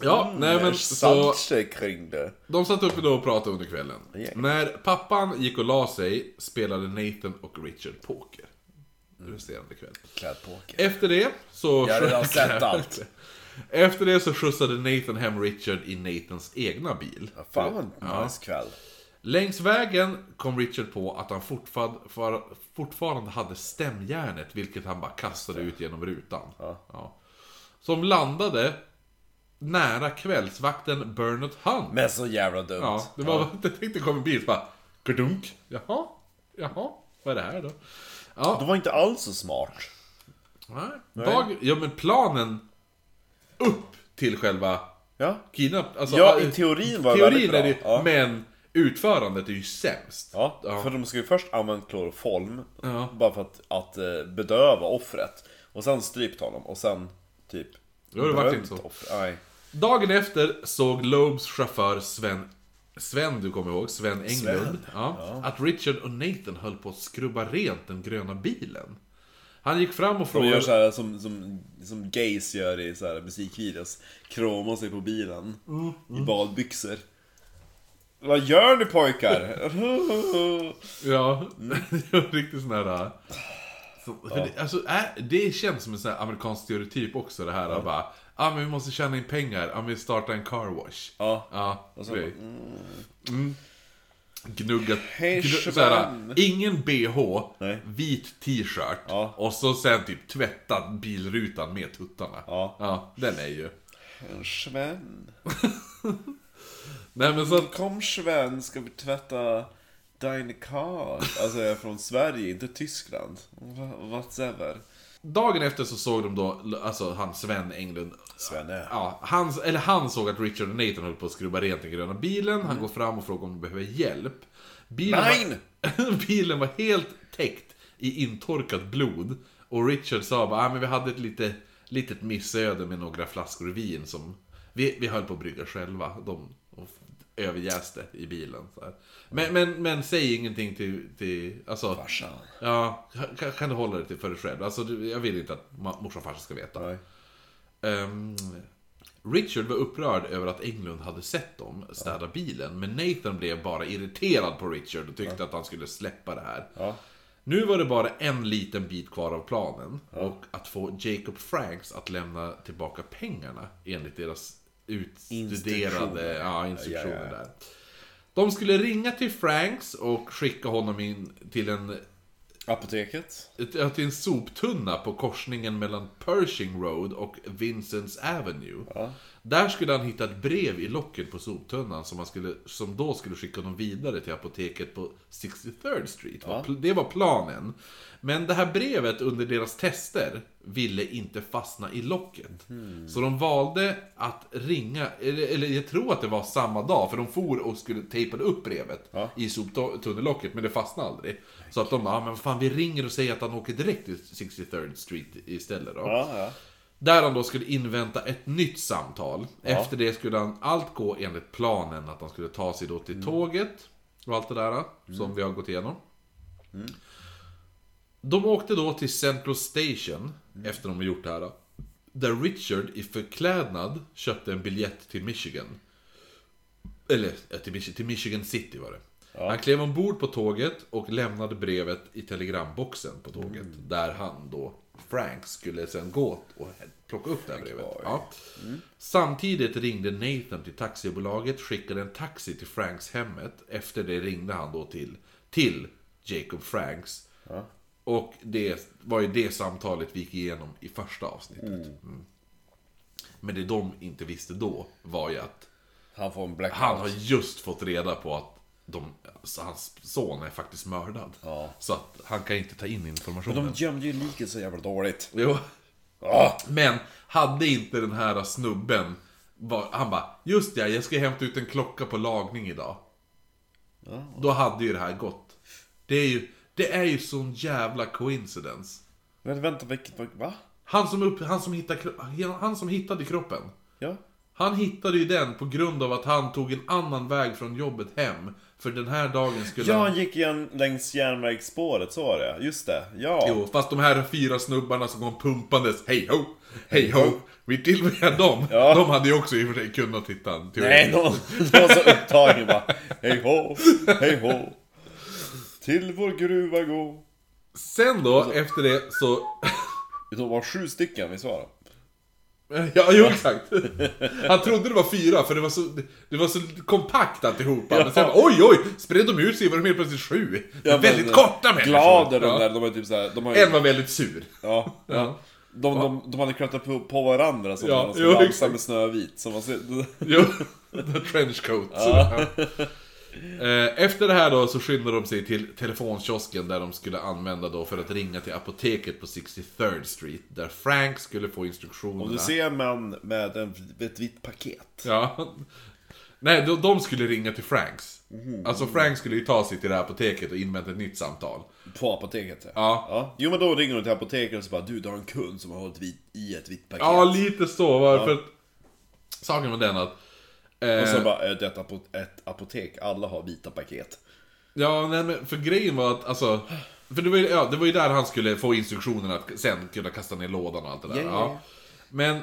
B: Ja,
A: mm,
B: nej men så...
A: Salche Kringle.
B: De satt uppe då och pratade under kvällen.
A: Yeah.
B: När pappan gick och la sig spelade Nathan och Richard poker. Resterande kväll.
A: Klädpoker.
B: Efter det så...
A: Jag har redan sett allt.
B: [LAUGHS] Efter det så skjutsade Nathan hem Richard i Nathans egna bil.
A: Fan vad en nice kväll.
B: Längs vägen kom Richard på att han fortfarande, för, fortfarande hade stämjärnet, vilket han bara kastade ut genom rutan. Ja. Som landade nära kvällsvakten Bernard Hunt.
A: Men så jävla dumt.
B: Ja, [LAUGHS] det var, jag tänkte det kom en bil så bara, kardunk. Jaha, jaha, vad är det här då? Ja,
A: Det var inte alls så smart.
B: nej. Dag, ja men planen upp till själva
A: Ja.
B: kidnapp... Alltså,
A: Ja, i teorin var det väldigt
B: Teorin
A: bra.
B: är det ju,
A: Ja.
B: men utförandet är ju sämst.
A: Ja, för de ska ju först använda kloroform
B: Ja.
A: bara för att, att eh, bedöva offret. Och sen strypt honom och sen typ...
B: Då har det varit
A: brönt
B: inte så.
A: offret. Nej.
B: Dagen efter såg Lobes chaufför Sven Sven, du kommer ihåg, Sven Englund. Ja, Att Richard och Nathan höll på att skrubba rent den gröna bilen. Han gick fram och
A: De gör
B: frågade...
A: så här som, som, som gays gör i så här musikvideos. Kramar sig på bilen
B: Mm,
A: i badbyxor. Vad gör ni pojkar? [LAUGHS]
B: Ja,
A: Mm.
B: [LAUGHS] det var riktigt sån här... äh, så- för Det, alltså, äh, det känns som en sån här amerikansk stereotyp också det här ja. bara... Ja ah, men vi måste tjäna in pengar, ja ah, men vi startar en car wash.
A: ja.
B: Ja,
A: så-
B: grej. Mm. Gnuggat,
A: Hej,
B: gnu-
A: Sven.
B: såhär, ingen bh,
A: Nej.
B: vit t-shirt
A: Ja.
B: och så sen typ tvättat bilrutan med tuttarna.
A: Ja.
B: den är ju...
A: Sven.
B: Nej men så att,
A: Kom Sven, ska vi tvätta din car? Alltså jag är från Sverige, inte Tyskland. Va- Whatever.
B: dagen efter så såg de då, alltså han Sven Englund,
A: Svenne.
B: ja, han, eller han såg att Richard och Nathan höll på att skrubba rent den gröna bilen, han går fram och frågar om de behöver hjälp. Bilen
A: Nein!
B: Var, [LAUGHS] bilen var helt täckt i intorkat blod och Richard sa bara, ah, men vi hade ett lite, litet missöde med några flaskor vin som vi, vi höll på att brygga själva. De och överjäste i bilen. Så här. Men, men, men säg ingenting till, till alltså,
A: Farsan.
B: Ja, kan, kan du hålla det till för dig själv? Alltså, du- jag vill inte att ma- morsan och farsan ska veta.
A: Nej.
B: Ehm, Richard var upprörd över att Englund hade sett dem städa bilen, men Nathan blev bara irriterad på Richard och tyckte att han skulle släppa det här.
A: Ja.
B: Nu var det bara en liten bit kvar av planen och att få Jacob Franks att lämna tillbaka pengarna enligt deras utstuderade
A: Instruktioner.
B: ja, instruktioner
A: Ja, ja,
B: där. De skulle ringa till Franks och skicka honom in till en
A: Apoteket.
B: ett- att det är en soptunna på korsningen mellan Pershing Road och Vincents Avenue. Där skulle han hitta ett brev i locket på soptunnan som, han skulle, som då skulle skicka honom vidare till apoteket på 63rd Street. Var pl- Det var planen. Men det här brevet under deras tester ville inte fastna i locket. Så de valde att ringa, eller, eller jag tror att det var samma dag, för de for och skulle tejpade upp brevet
A: Ja.
B: i soptunnelocket, men det fastnade aldrig. Så att de bara, "Ah, men vad fan vi ringer och säger att han åker direkt till 63rd Street istället då.
A: Ja, ja.
B: Där han då skulle invänta ett nytt samtal. Efter det skulle han allt gå enligt planen att han skulle ta sig då till tåget och allt det där som vi har gått igenom. De åkte då till Central Station efter de gjort det här. Där Richard i förklädnad köpte en biljett till Michigan. Eller eh, till Michigan, till Michigan City var det. Han klev ombord på tåget och lämnade brevet i telegramboxen på tåget. Där han då, Frank, skulle sen gå och plocka upp det här brevet.
A: boy.
B: Ja. Samtidigt ringde Nathan till taxibolaget, skickade en taxi till Franks hemmet. Efter det ringde han då till, till Jacob Franks. Och det var ju det samtalet vi gick igenom i första avsnittet. Mm. Men det de inte visste då var ju att
A: Han får en blackout.
B: han har just fått reda på att de, så hans son är faktiskt mördad.
A: Ja.
B: Så att han kan inte ta in informationen.
A: De gömde ju liket så jävla dåligt.
B: Jo.
A: Ah,
B: Men hade inte den här snubben, var, han bara Just ja, jag ska hämta ut en klocka på lagning idag. Då hade ju det här gått. Det är ju, Det är ju sån jävla coincidence.
A: Men vänta, vilket var... Va?
B: Han som, upp, han som, hittade, kro- han som hittade kroppen.
A: Ja?
B: Han hittade ju den på grund av att han tog en annan väg från jobbet hem. För den här dagen skulle
A: Ja,
B: han...
A: han gick igen längs järnvägsspåret, så var det. Just det. Ja.
B: Jo, fast de här fyra snubbarna som kom pumpandes, hej ho, hej ho. Vi till och med dem,
A: Ja.
B: de hade ju också i och för sig kunnat hitta
A: Nej,
B: teorin.
A: någon, någon så upptagen bara. Hej ho, hej ho. Till vår gruva gå.
B: Sen då,
A: Alltså-
B: efter det så... [LAUGHS]
A: De var sju stycken, vi svarade.
B: Ja, jo exakt. Han trodde det var fyra, för det var så, det var så kompakt alltihopa. Men sen,
A: Ja.
B: oj, oj, spred de ut sig var de helt plötsligt sju. väldigt korta människor.
A: Glada de
B: Ja.
A: där, de var typ såhär. De har ju,
B: En var väldigt sur.
A: ja,
B: Ja.
A: de, de, de hade klättrat på, på varandra som
B: Ja,
A: ja, de
B: jo,
A: skulle dansa
B: exakt.
A: med Snövit. Som man ser. [LAUGHS]
B: Jo, the trenchcoat. Eh, Efter det här då så skyndade de sig till telefonkiosken där de skulle använda då för att ringa till apoteket på 63rd Street. Där Frank skulle få instruktionerna.
A: Om du ser en man med en, ett vitt paket.
B: Ja. Nej, de, de skulle ringa till Franks.
A: Mm.
B: Alltså Frank skulle ju ta sig till det här apoteket och invänta ett nytt samtal.
A: På apoteket ja.
B: Ja.
A: ja. Jo men då ringer de till apoteket och så bara du, du har en kund som har hållit vit, i ett vitt paket.
B: Ja, lite så. va, För att, saken var den att...
A: Och
B: Eh,
A: sen bara, "Är det ett, apo- ett apotek, alla har vita paket.
B: ja, nej, men för grejen var att alltså... För det var, ju, ja, det var ju där han skulle få instruktionerna att sen kunna kasta ner lådan och allt det där.
A: Ja, ja,
B: Ja. Men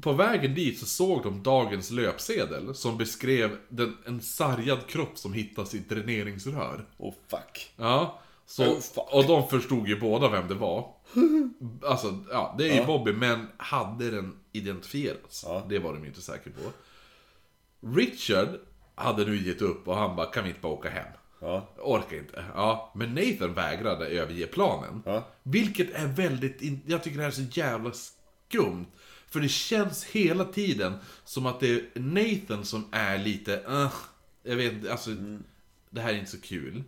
B: på vägen dit så såg de dagens löpsedel som beskrev den, en sargad kropp som hittas i ett dräneringsrör.
A: Oh fuck.
B: Ja, så,
A: Oh, fuck.
B: och de förstod ju båda vem
A: [LAUGHS]
B: det var. Alltså, ja, det är ju Bobby, men hade den identifierats?
A: Ja.
B: Det var de ju inte säkra på. Richard hade nu gett upp och han bara, kan vi inte bara åka hem?
A: Ja.
B: Orkar inte. Ja, men Nathan vägrade överge planen.
A: Ja.
B: Vilket är väldigt, in- jag tycker det här är så jävla skumt. För det känns hela tiden som att det är Nathan som är lite, "Ah, jag vet inte, alltså, det här är inte så kul.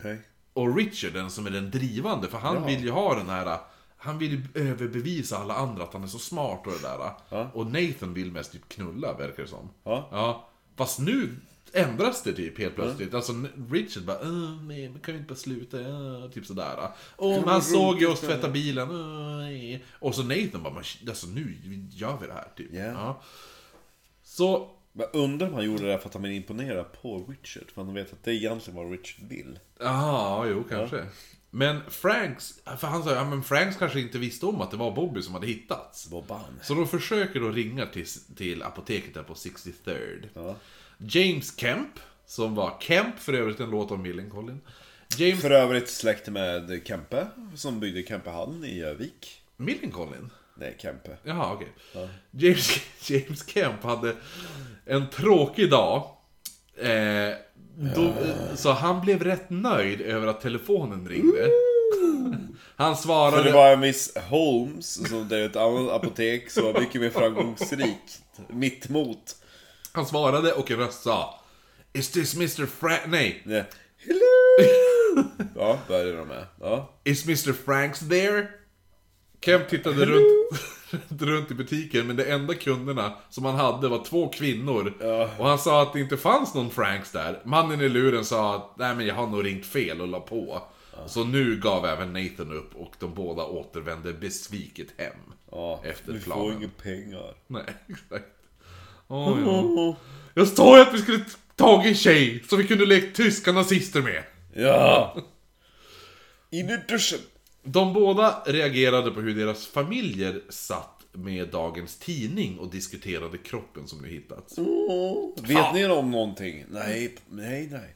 A: Hej.
B: Och Richard den som är den drivande, för han vill ju ha den här... Han vill ju överbevisa alla andra att han är så smart och det där. Och Nathan vill mest typ knulla, verkar det som.
A: Ja.
B: Fast nu ändras det typ helt plötsligt. Alltså Richard bara "Åh, nej, men kan vi inte bara sluta? Åh", typ sådär. Åh, men han såg ju oss tvätta bilen. Åh, nej. Och så Nathan bara, "Men shit, alltså nu gör vi det här typ.
A: Ja.
B: Ja. Så
A: Men undrar om han gjorde det där för att han ville imponera på Richard. För han vet att det är egentligen vad Richard vill.
B: Jaha, jo kanske. Men Franks, för han sa ju, ja, men Franks kanske inte visste om att det var Bobby som hade hittats.
A: Bobban.
B: Så de försöker då ringa till, till apoteket där på 63rd.
A: Ja.
B: James Kemp, som var Kemp, för övrigt en låt om Millencolin. James...
A: För övrigt släkt med Kempe, som byggde Kempehallen i Övik.
B: Millencolin?
A: Nej, Kempe.
B: Jaha, okej. James, [LAUGHS] James Kemp hade en tråkig dag. Eh, då, så han blev rätt nöjd över att telefonen ringde. Han
A: För
B: svarade...
A: det var en viss Holmes, som det är ett annat apotek, som var mycket mer framgångsrikt. Mitt emot.
B: Han svarade och en röst sa Is this Mr. Frank... Nej.
A: Nej. Hello! Ja, började de med. Ja.
B: Is Mr. Franks there? Kemp tittade runt, [LAUGHS] runt i butiken men de enda kunderna som han hade var två kvinnor. Och han sa att det inte fanns någon Franks där. Mannen i luren sa att nej men jag har nog ringt fel och la på. Så nu gav även Nathan upp och de båda återvände besviket hem.
A: ja.
B: Efter
A: Vi
B: planen.
A: får inga pengar.
B: Nej, [LAUGHS] exakt. Åh, ja. Jag sa ju att vi skulle tagit en tjej som vi kunde lekt tyska nazister med.
A: Ja! In i duschen!
B: De båda reagerade på hur deras familjer satt med dagens tidning och diskuterade kroppen som nu hittats.
A: Vet ni om någonting? Nej, nej, nej.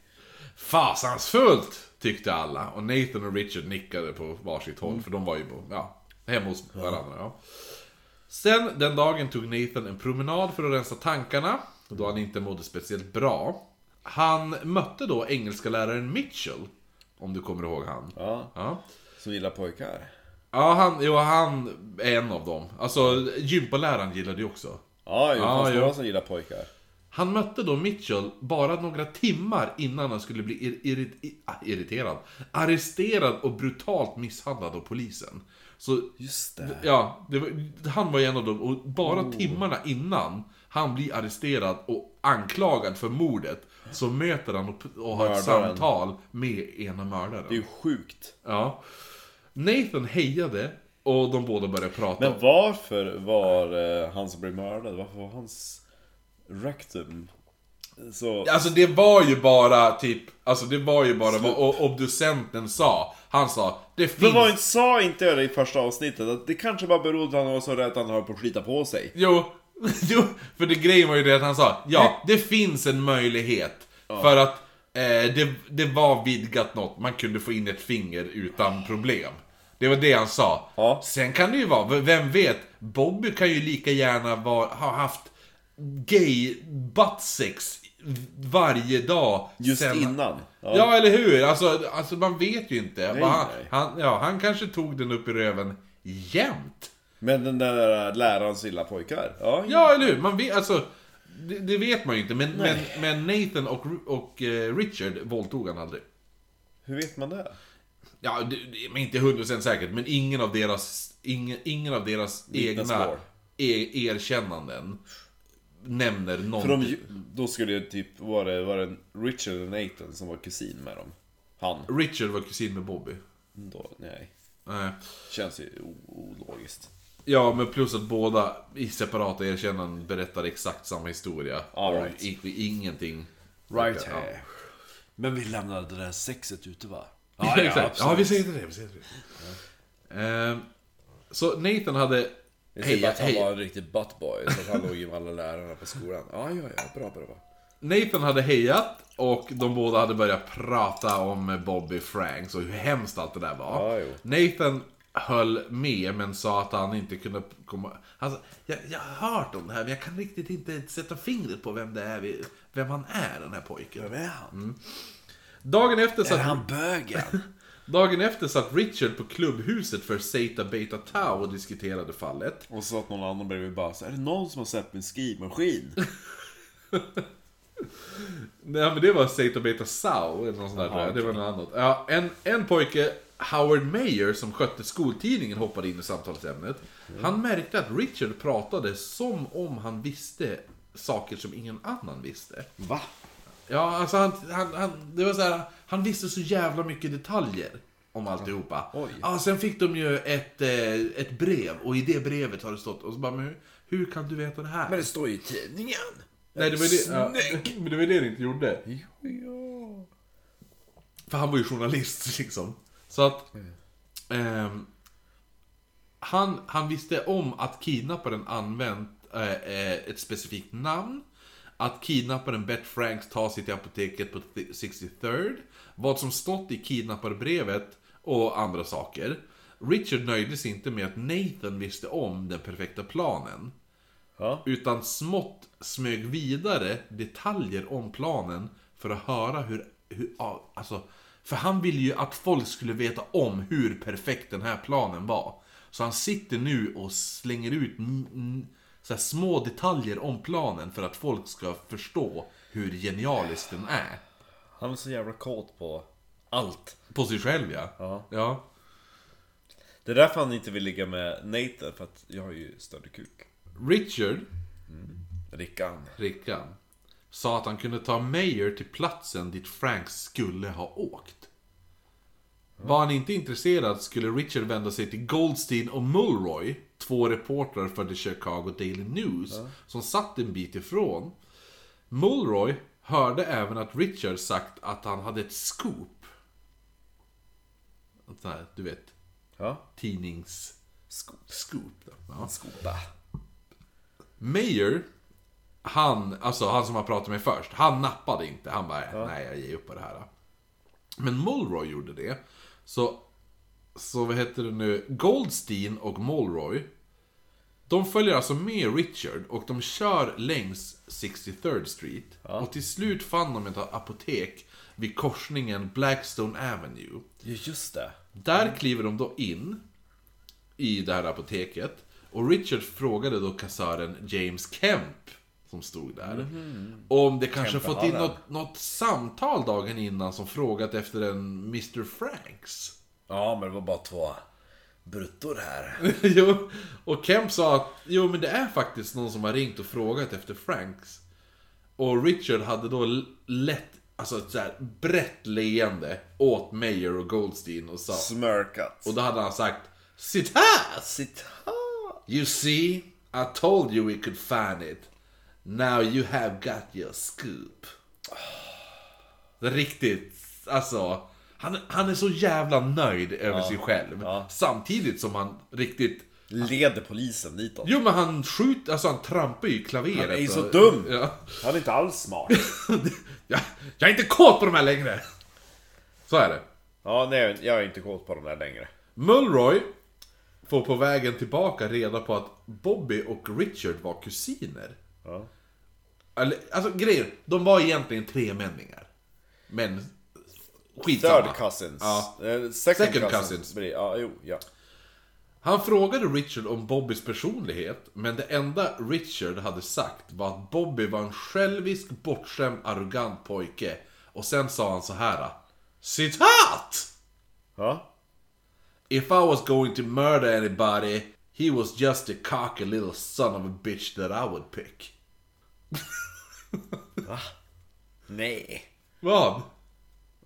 B: Fasansfullt! Tyckte alla. Och Nathan och Richard nickade på varsitt håll, för de var ju på, ja, hemma hos varandra. Ja. Sen den dagen tog Nathan en promenad för att rensa tankarna, då han inte mådde speciellt bra. Han mötte då engelska läraren Mitchell, om du kommer ihåg han.
A: Ja,
B: Ja.
A: som gillar pojkar.
B: Ja, han, jo, han är en av dem. Alltså, gympaläraren gillade ju också.
A: Ja, det fanns
B: Ja,
A: några
B: ja.
A: som gillar pojkar.
B: Han mötte då Mitchell bara några timmar innan han skulle bli ir- irrit- i- ah, irriterad, arresterad och brutalt misshandlad av polisen. Så,
A: Just det. Oh.
B: ja, det var, han var ju en av dem och bara timmarna innan han blir arresterad och anklagad för mordet så möter han och, och har ett
A: Mördaren.
B: samtal med ena mördaren.
A: Det är ju sjukt.
B: Ja. Nathan hejade och de båda började prata.
A: Men varför var eh, han som blev mördad, varför var hans rectum så...
B: Alltså det var ju bara typ, alltså det var ju bara
A: Slut.
B: vad o- obducenten sa. Han sa, det
A: Men
B: finns...
A: var inte, sa inte jag det i första avsnittet? Att det kanske bara berodde på att han var så rädd att han höll på att skita på sig.
B: Jo, [LAUGHS] jo, för det grejen var ju det att han sa,
A: Mm.
B: ja, det finns en möjlighet. För att eh, det, det var vidgat något, man kunde få in ett finger utan problem. Det var det han sa.
A: Ja.
B: Sen kan det ju vara, v- vem vet, Bobby kan ju lika gärna vara, ha haft gay butt sex varje dag
A: Just
B: sen-
A: innan.
B: Ja. eller hur? Alltså, alltså man vet ju inte. Vad han,
A: nej.
B: han, ja, han kanske tog den upp i röven jämt.
A: Men den där eh, lärarens lilla pojkar. Ja,
B: Ja, eller hur? Man vet, alltså, det, det vet man ju inte. Men, men, men Nathan och, Ru- och eh, Richard våldtog han aldrig.
A: Hur vet man det?
B: Ja, det, det, men inte 100% säkert. Men ingen av deras, ingen, ingen av deras egna
A: Vittnesmål.
B: er, erkännanden nämner
A: För
B: någonting.
A: de, ju- då skulle ju typ, var det, var det Richard och Nathan som var kusin med dem? Han.
B: Richard var kusin med Bobby. Eh,
A: Då, nej.
B: Nej.
A: Känns ju o- ologiskt.
B: Ja, men plus att båda i separata erkännanden berättar exakt samma historia.
A: All
B: Och
A: right.
B: i- i- ingenting. Ja.
A: Men vi lämnade det där sexet ute
B: [LAUGHS]
A: va?
B: Ja, exakt. Ja, vi säger inte det. Vi säger inte det. Ehm, så Nathan hade...
A: Vi
B: Hej,
A: säger bara typ att han
B: hej.
A: var en riktig buttboy, så att han låg ju med alla lärarna på skolan. Ja, ja, ja, bra, bra, bra.
B: Nathan hade hejat och de båda hade börjat prata om Bobby Franks och hur hemskt allt det där var.
A: Ja, jo.
B: Nathan höll med men sa att han inte kunde komma... Han sa, jag, jag har hört om det här men jag kan riktigt inte sätta fingret på vem det är, vi- vem han är den här pojken.
A: är han?
B: Dagen efter satt,
A: han bögen?
B: dagen efter satt Richard på klubbhuset för Zeta Beta Tau och diskuterade fallet.
A: [LAUGHS] Och så att någon annan bredvid bara så, är det någon som har sett min skrivmaskin?
B: Nej men det var Zeta Beta Sau eller något sånt där tror jag. Det var något annat. Ja, en, en pojke, Howard Mayer, som skötte skoltidningen hoppade in i samtalsämnet. Han märkte att Richard pratade som om han visste saker som ingen annan visste.
A: Va?
B: Ja, alltså han, han, han, det var så här, han visste så jävla mycket detaljer om alltihopa.
A: Oj.
B: Ja, sen fick de ju ett, eh, ett brev och i det brevet har det stått och så bara, men hur, hur kan du veta det här?
A: det står ju i tidningen!
B: Nej, det var det, ja, [LAUGHS] men det var det det inte gjorde.
A: Ja.
B: För han var ju journalist [LAUGHS] liksom. Så att... ehm, han, han visste om att kidnapparen använt eh, eh, ett specifikt namn. Att kidnapparen Bert Franks tar sig till apoteket på 63rd. Vad som stått i kidnapparbrevet och andra saker. Richard nöjde sig inte med att Nathan visste om den perfekta planen.
A: Ja.
B: Utan smått smög vidare detaljer om planen för att höra hur, hur ja, alltså, för han ville ju att folk skulle veta om hur perfekt den här planen var. Så han sitter nu och slänger ut m- m- så här små detaljer om planen för att folk ska förstå hur genialisk den är.
A: Han är så jävla kåt på allt.
B: På sig själv ja.
A: Ja.
B: ja.
A: Det är därför han inte vill ligga med Nathan, för att jag har ju större kuk.
B: Richard,
A: Rickan.
B: Rickan, sa att han kunde ta Mayer till platsen dit Frank skulle ha åkt. Var han inte intresserad skulle Richard vända sig till Goldstein och Mulroy, två reportrar för The Chicago Daily News, som satt en bit ifrån. Mulroy hörde även att Richard sagt att han hade ett scoop. Sånt här, du vet,
A: Ja.
B: tidnings...
A: Skopa.
B: Scoop. Ja.
A: Skopa.
B: Mayer, han, alltså han som har pratat med först, han nappade inte. Han bara, nej jag ger upp på det här. Men Mulroy gjorde det. Så, så vad heter det nu, Goldstein och Mulroy, de följer alltså med Richard och de kör längs 63rd Street. Och till slut fann de ett apotek vid korsningen Blackstone Avenue.
A: Ja, just det.
B: Där kliver de då in i det här apoteket och Richard frågade då kassören James Kemp som stod där om det kanske
A: Kempe
B: fått in
A: har
B: något, något samtal dagen innan som frågat efter en Mr. Franks.
A: Ja, men det var bara två bruttor här.
B: jo, och Kemp sa att jo men det är faktiskt någon som har ringt och frågat efter Franks. Och Richard hade då l- lätt, alltså ett så här brett leende åt Mayer och Goldstein och
A: [LAUGHS]
B: sa...
A: Smörkat.
B: Och då hade han sagt Sitt här!
A: Citat.
B: You see, I told you we could find it. Now you have got your scoop. Riktigt, alltså. Han, han är så jävla nöjd över sig själv.
A: ja.
B: Samtidigt som han riktigt...
A: Leder polisen ditåt.
B: Jo men han skjuter, alltså han trampar ju i klaveret. Han
A: är ju så dum.
B: [LAUGHS] Ja.
A: Han är inte alls smart.
B: jag, jag är inte kåt på de här längre! Så är det.
A: Ja, nej, jag är inte kåt på dem där längre.
B: Mulroy får på vägen tillbaka reda på att Bobby och Richard var kusiner.
A: Ja.
B: Eller, alltså grejen, de var egentligen tremänningar. Men skitsamma.
A: Third cousins.
B: Ja.
A: Eh, Second,
B: Second
A: cousins.
B: cousins.
A: blir- Ja, jo, ja.
B: Han frågade Richard om Bobbys personlighet, men det enda Richard hade sagt var att Bobby var en självisk, bortskämd, arrogant pojke. Och sen sa han så här. Citat!
A: ja.
B: If I was going to murder anybody, he was just a cocky little son of a bitch that I would pick.
A: Nej.
B: Vad?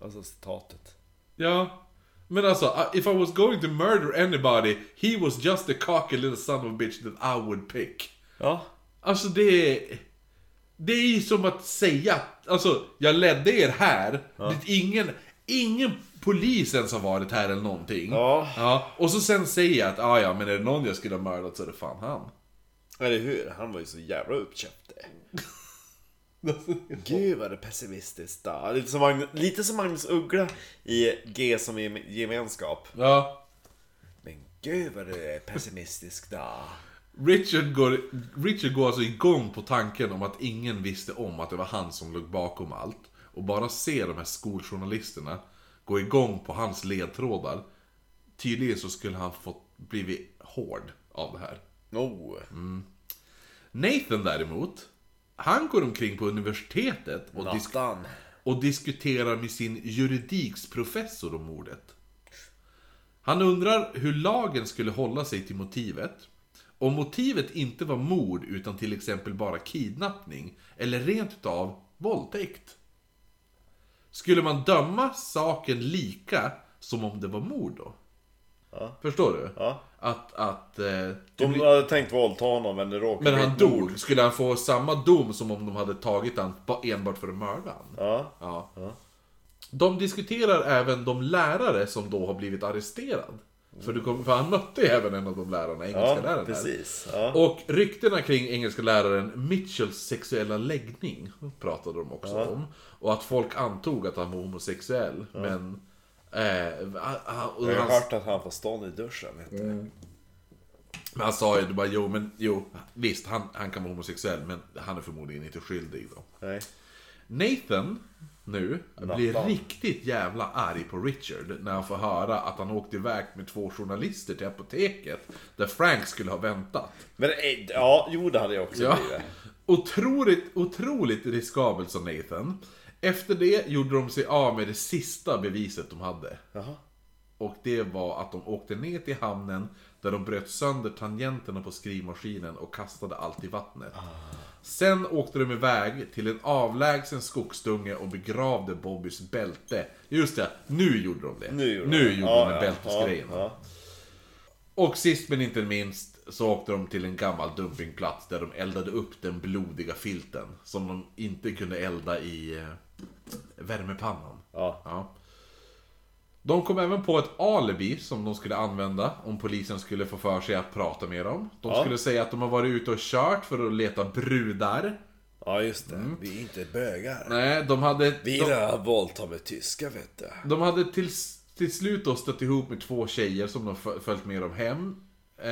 A: Alltså citatet.
B: Ja. Men alltså, uh, if I was going to murder anybody, he was just a cocky little son of a bitch that I would pick.
A: Ja.
B: Alltså det är... Det är ju som att säga att, alltså jag ledde er här, det är ingen, ingen polis ens har varit här eller någonting.
A: Ja.
B: och så sen säger jag att, ah, ja men är det någon jag skulle ha mördat så är det fan han. [LAUGHS]
A: Eller hur? Han var ju så jävla uppköpt. Gud vad det är pessimistiskt då. Lite som, Magnus, lite som Magnus Uggla i G som i gemenskap.
B: ja.
A: Men gud vad det är pessimistiskt då.
B: Richard går, Richard går alltså igång på tanken om att ingen visste om att det var han som låg bakom allt. Och bara se de här skoljournalisterna gå igång på hans ledtrådar. Tydligen så skulle han fått blivit hård av det här.
A: Oh.
B: Nathan däremot, han går omkring på universitetet och, disk-
A: Nattan.
B: och diskuterar med sin juridiksprofessor om mordet. Han undrar hur lagen skulle hålla sig till motivet. Om motivet inte var mord utan till exempel bara kidnappning eller rent utav våldtäkt. Skulle man döma saken lika som om det var mord då?
A: Ja.
B: Förstår du?
A: Ja.
B: Att, att... eh, det
A: De
B: blir-
A: hade tänkt våldta honom men det råkade
B: men
A: bli
B: han
A: ett mord.
B: dog. Skulle han få samma dom som om de hade tagit han ba- enbart för att mörda han?
A: Ja.
B: Ja.
A: Ja.
B: De diskuterar även de lärare som då har blivit arresterad. För, du kom, för han mötte ju även en av de lärarna, engelska
A: Ja,
B: läraren där.
A: precis. Ja.
B: Och ryktena kring engelska läraren Mitchells sexuella läggning pratade de också om. Och att folk antog att han var homosexuell. Men... Eh, han- han- och
A: Jag har
B: hans- Mm.
A: hört att han får stånd i duschen. Vet du.
B: Men han sa ju det bara, jo men jo, visst han, han kan vara homosexuell men han är förmodligen inte skyldig då.
A: Nej.
B: Nathan nu blir
A: Nathan.
B: riktigt jävla arg på Richard när han får höra att han åkte iväg med två journalister till apoteket där Frank skulle ha väntat.
A: Men eh, ja, jo det hade jag också
B: Ja.
A: blivit.
B: Otroligt, otroligt riskabelt som Nathan. Efter det gjorde de sig av med det sista beviset de hade.
A: Jaha.
B: Och det var att de åkte ner till hamnen där de bröt sönder tangenterna på skrivmaskinen och kastade allt i vattnet.
A: Ah.
B: Sen åkte de iväg till en avlägsen skogsdunge och begravde Bobbys bälte. Just det, nu gjorde de det.
A: Nu gjorde
B: nu
A: de det.
B: gjorde
A: Ja,
B: de
A: ja,
B: bältesgrejen.
A: ja, ja.
B: Och sist men inte minst så åkte de till en gammal dumpingplats där de eldade upp den blodiga filten. Som de inte kunde elda i eh, värmepannan.
A: Ja.
B: Ja. De kom även på ett alibi som de skulle använda om polisen skulle få för sig att prata med dem. De skulle säga att de har varit ute och kört för att leta brudar.
A: ja, just det. Vi är inte bögar.
B: Mm. Nej, de hade...
A: Vi
B: de,
A: lär våldta med tyska vet du.
B: de hade till, till slut då stött ihop med två tjejer som de fö- följt med dem hem. Eh,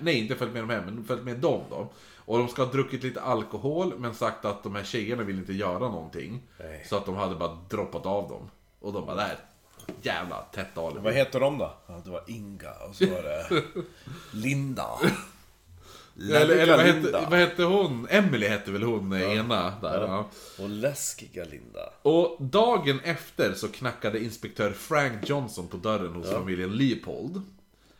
B: nej, inte följt med dem hem, men följt med dem då. Och de ska ha druckit lite alkohol, men sagt att de här tjejerna vill inte göra någonting.
A: Nej.
B: Så att de hade bara droppat av dem. Och de bara, där. Jävla tätt alibi.
A: Vad heter de då? Ja, det var Inga och så var det
B: [LAUGHS]
A: Linda.
B: Ja, eller, eller vad, hette,
A: Linda.
B: vad hette hon? Emily hette väl hon, eh, ena där. Ja.
A: Och läskiga Linda.
B: Och dagen efter så knackade inspektör Frank Johnson på dörren hos familjen Leopold.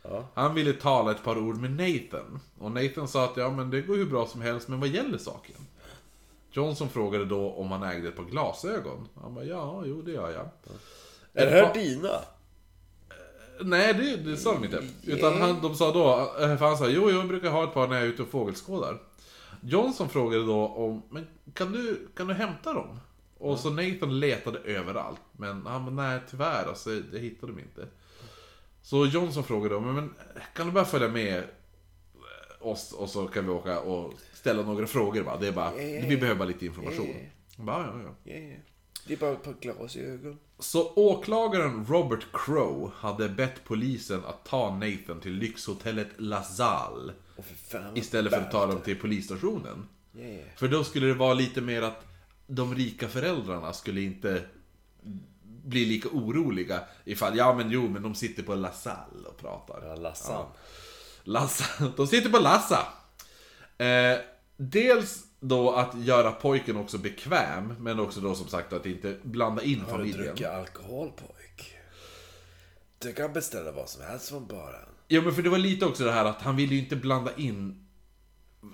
A: Ja.
B: Han ville tala ett par ord med Nathan. Och Nathan sa att ja men det går hur bra som helst, men vad gäller saken? Johnson frågade då om han ägde ett par glasögon. Han bara, ja, jo det gör jag.
A: Är det
B: Ett
A: här
B: par-
A: dina?
B: Nej, det, det sa de inte. Utan han, de sa då, eh, för han sa jo, jag brukar ha ett par när jag är ute och fågelskådar. Johnson frågade då om, men kan du, kan du hämta dem? Och så Nathan letade överallt, men han bara, nej tyvärr alltså, jag hittade dem inte. Så Johnson frågade då, men, men kan du bara följa med eh, oss och så kan vi åka och ställa några frågor bara. Det är bara, vi behöver bara lite information. Han Bara, ja, ja, ja.
A: Ja, ja. Det är bara ett par glasögon.
B: Så åklagaren Robert Crow hade bett polisen att ta Nathan till lyxhotellet Lazal
A: Åh för fan vad
B: istället för att ta dem till polisstationen.
A: Ja, ja.
B: För då skulle det vara lite mer att de rika föräldrarna skulle inte bli lika oroliga ifall, ja men jo men de sitter på Lazal och pratar.
A: Ja, Lassan.
B: Lassa. De sitter på Lassa. Eh, dels då att göra pojken också bekväm, men också då som sagt att inte blanda in
A: Har du
B: familjen.
A: druckit alkohol pojk? Du kan beställa vad som helst från baren.
B: Ja men för det var lite också det här att han ville ju inte blanda in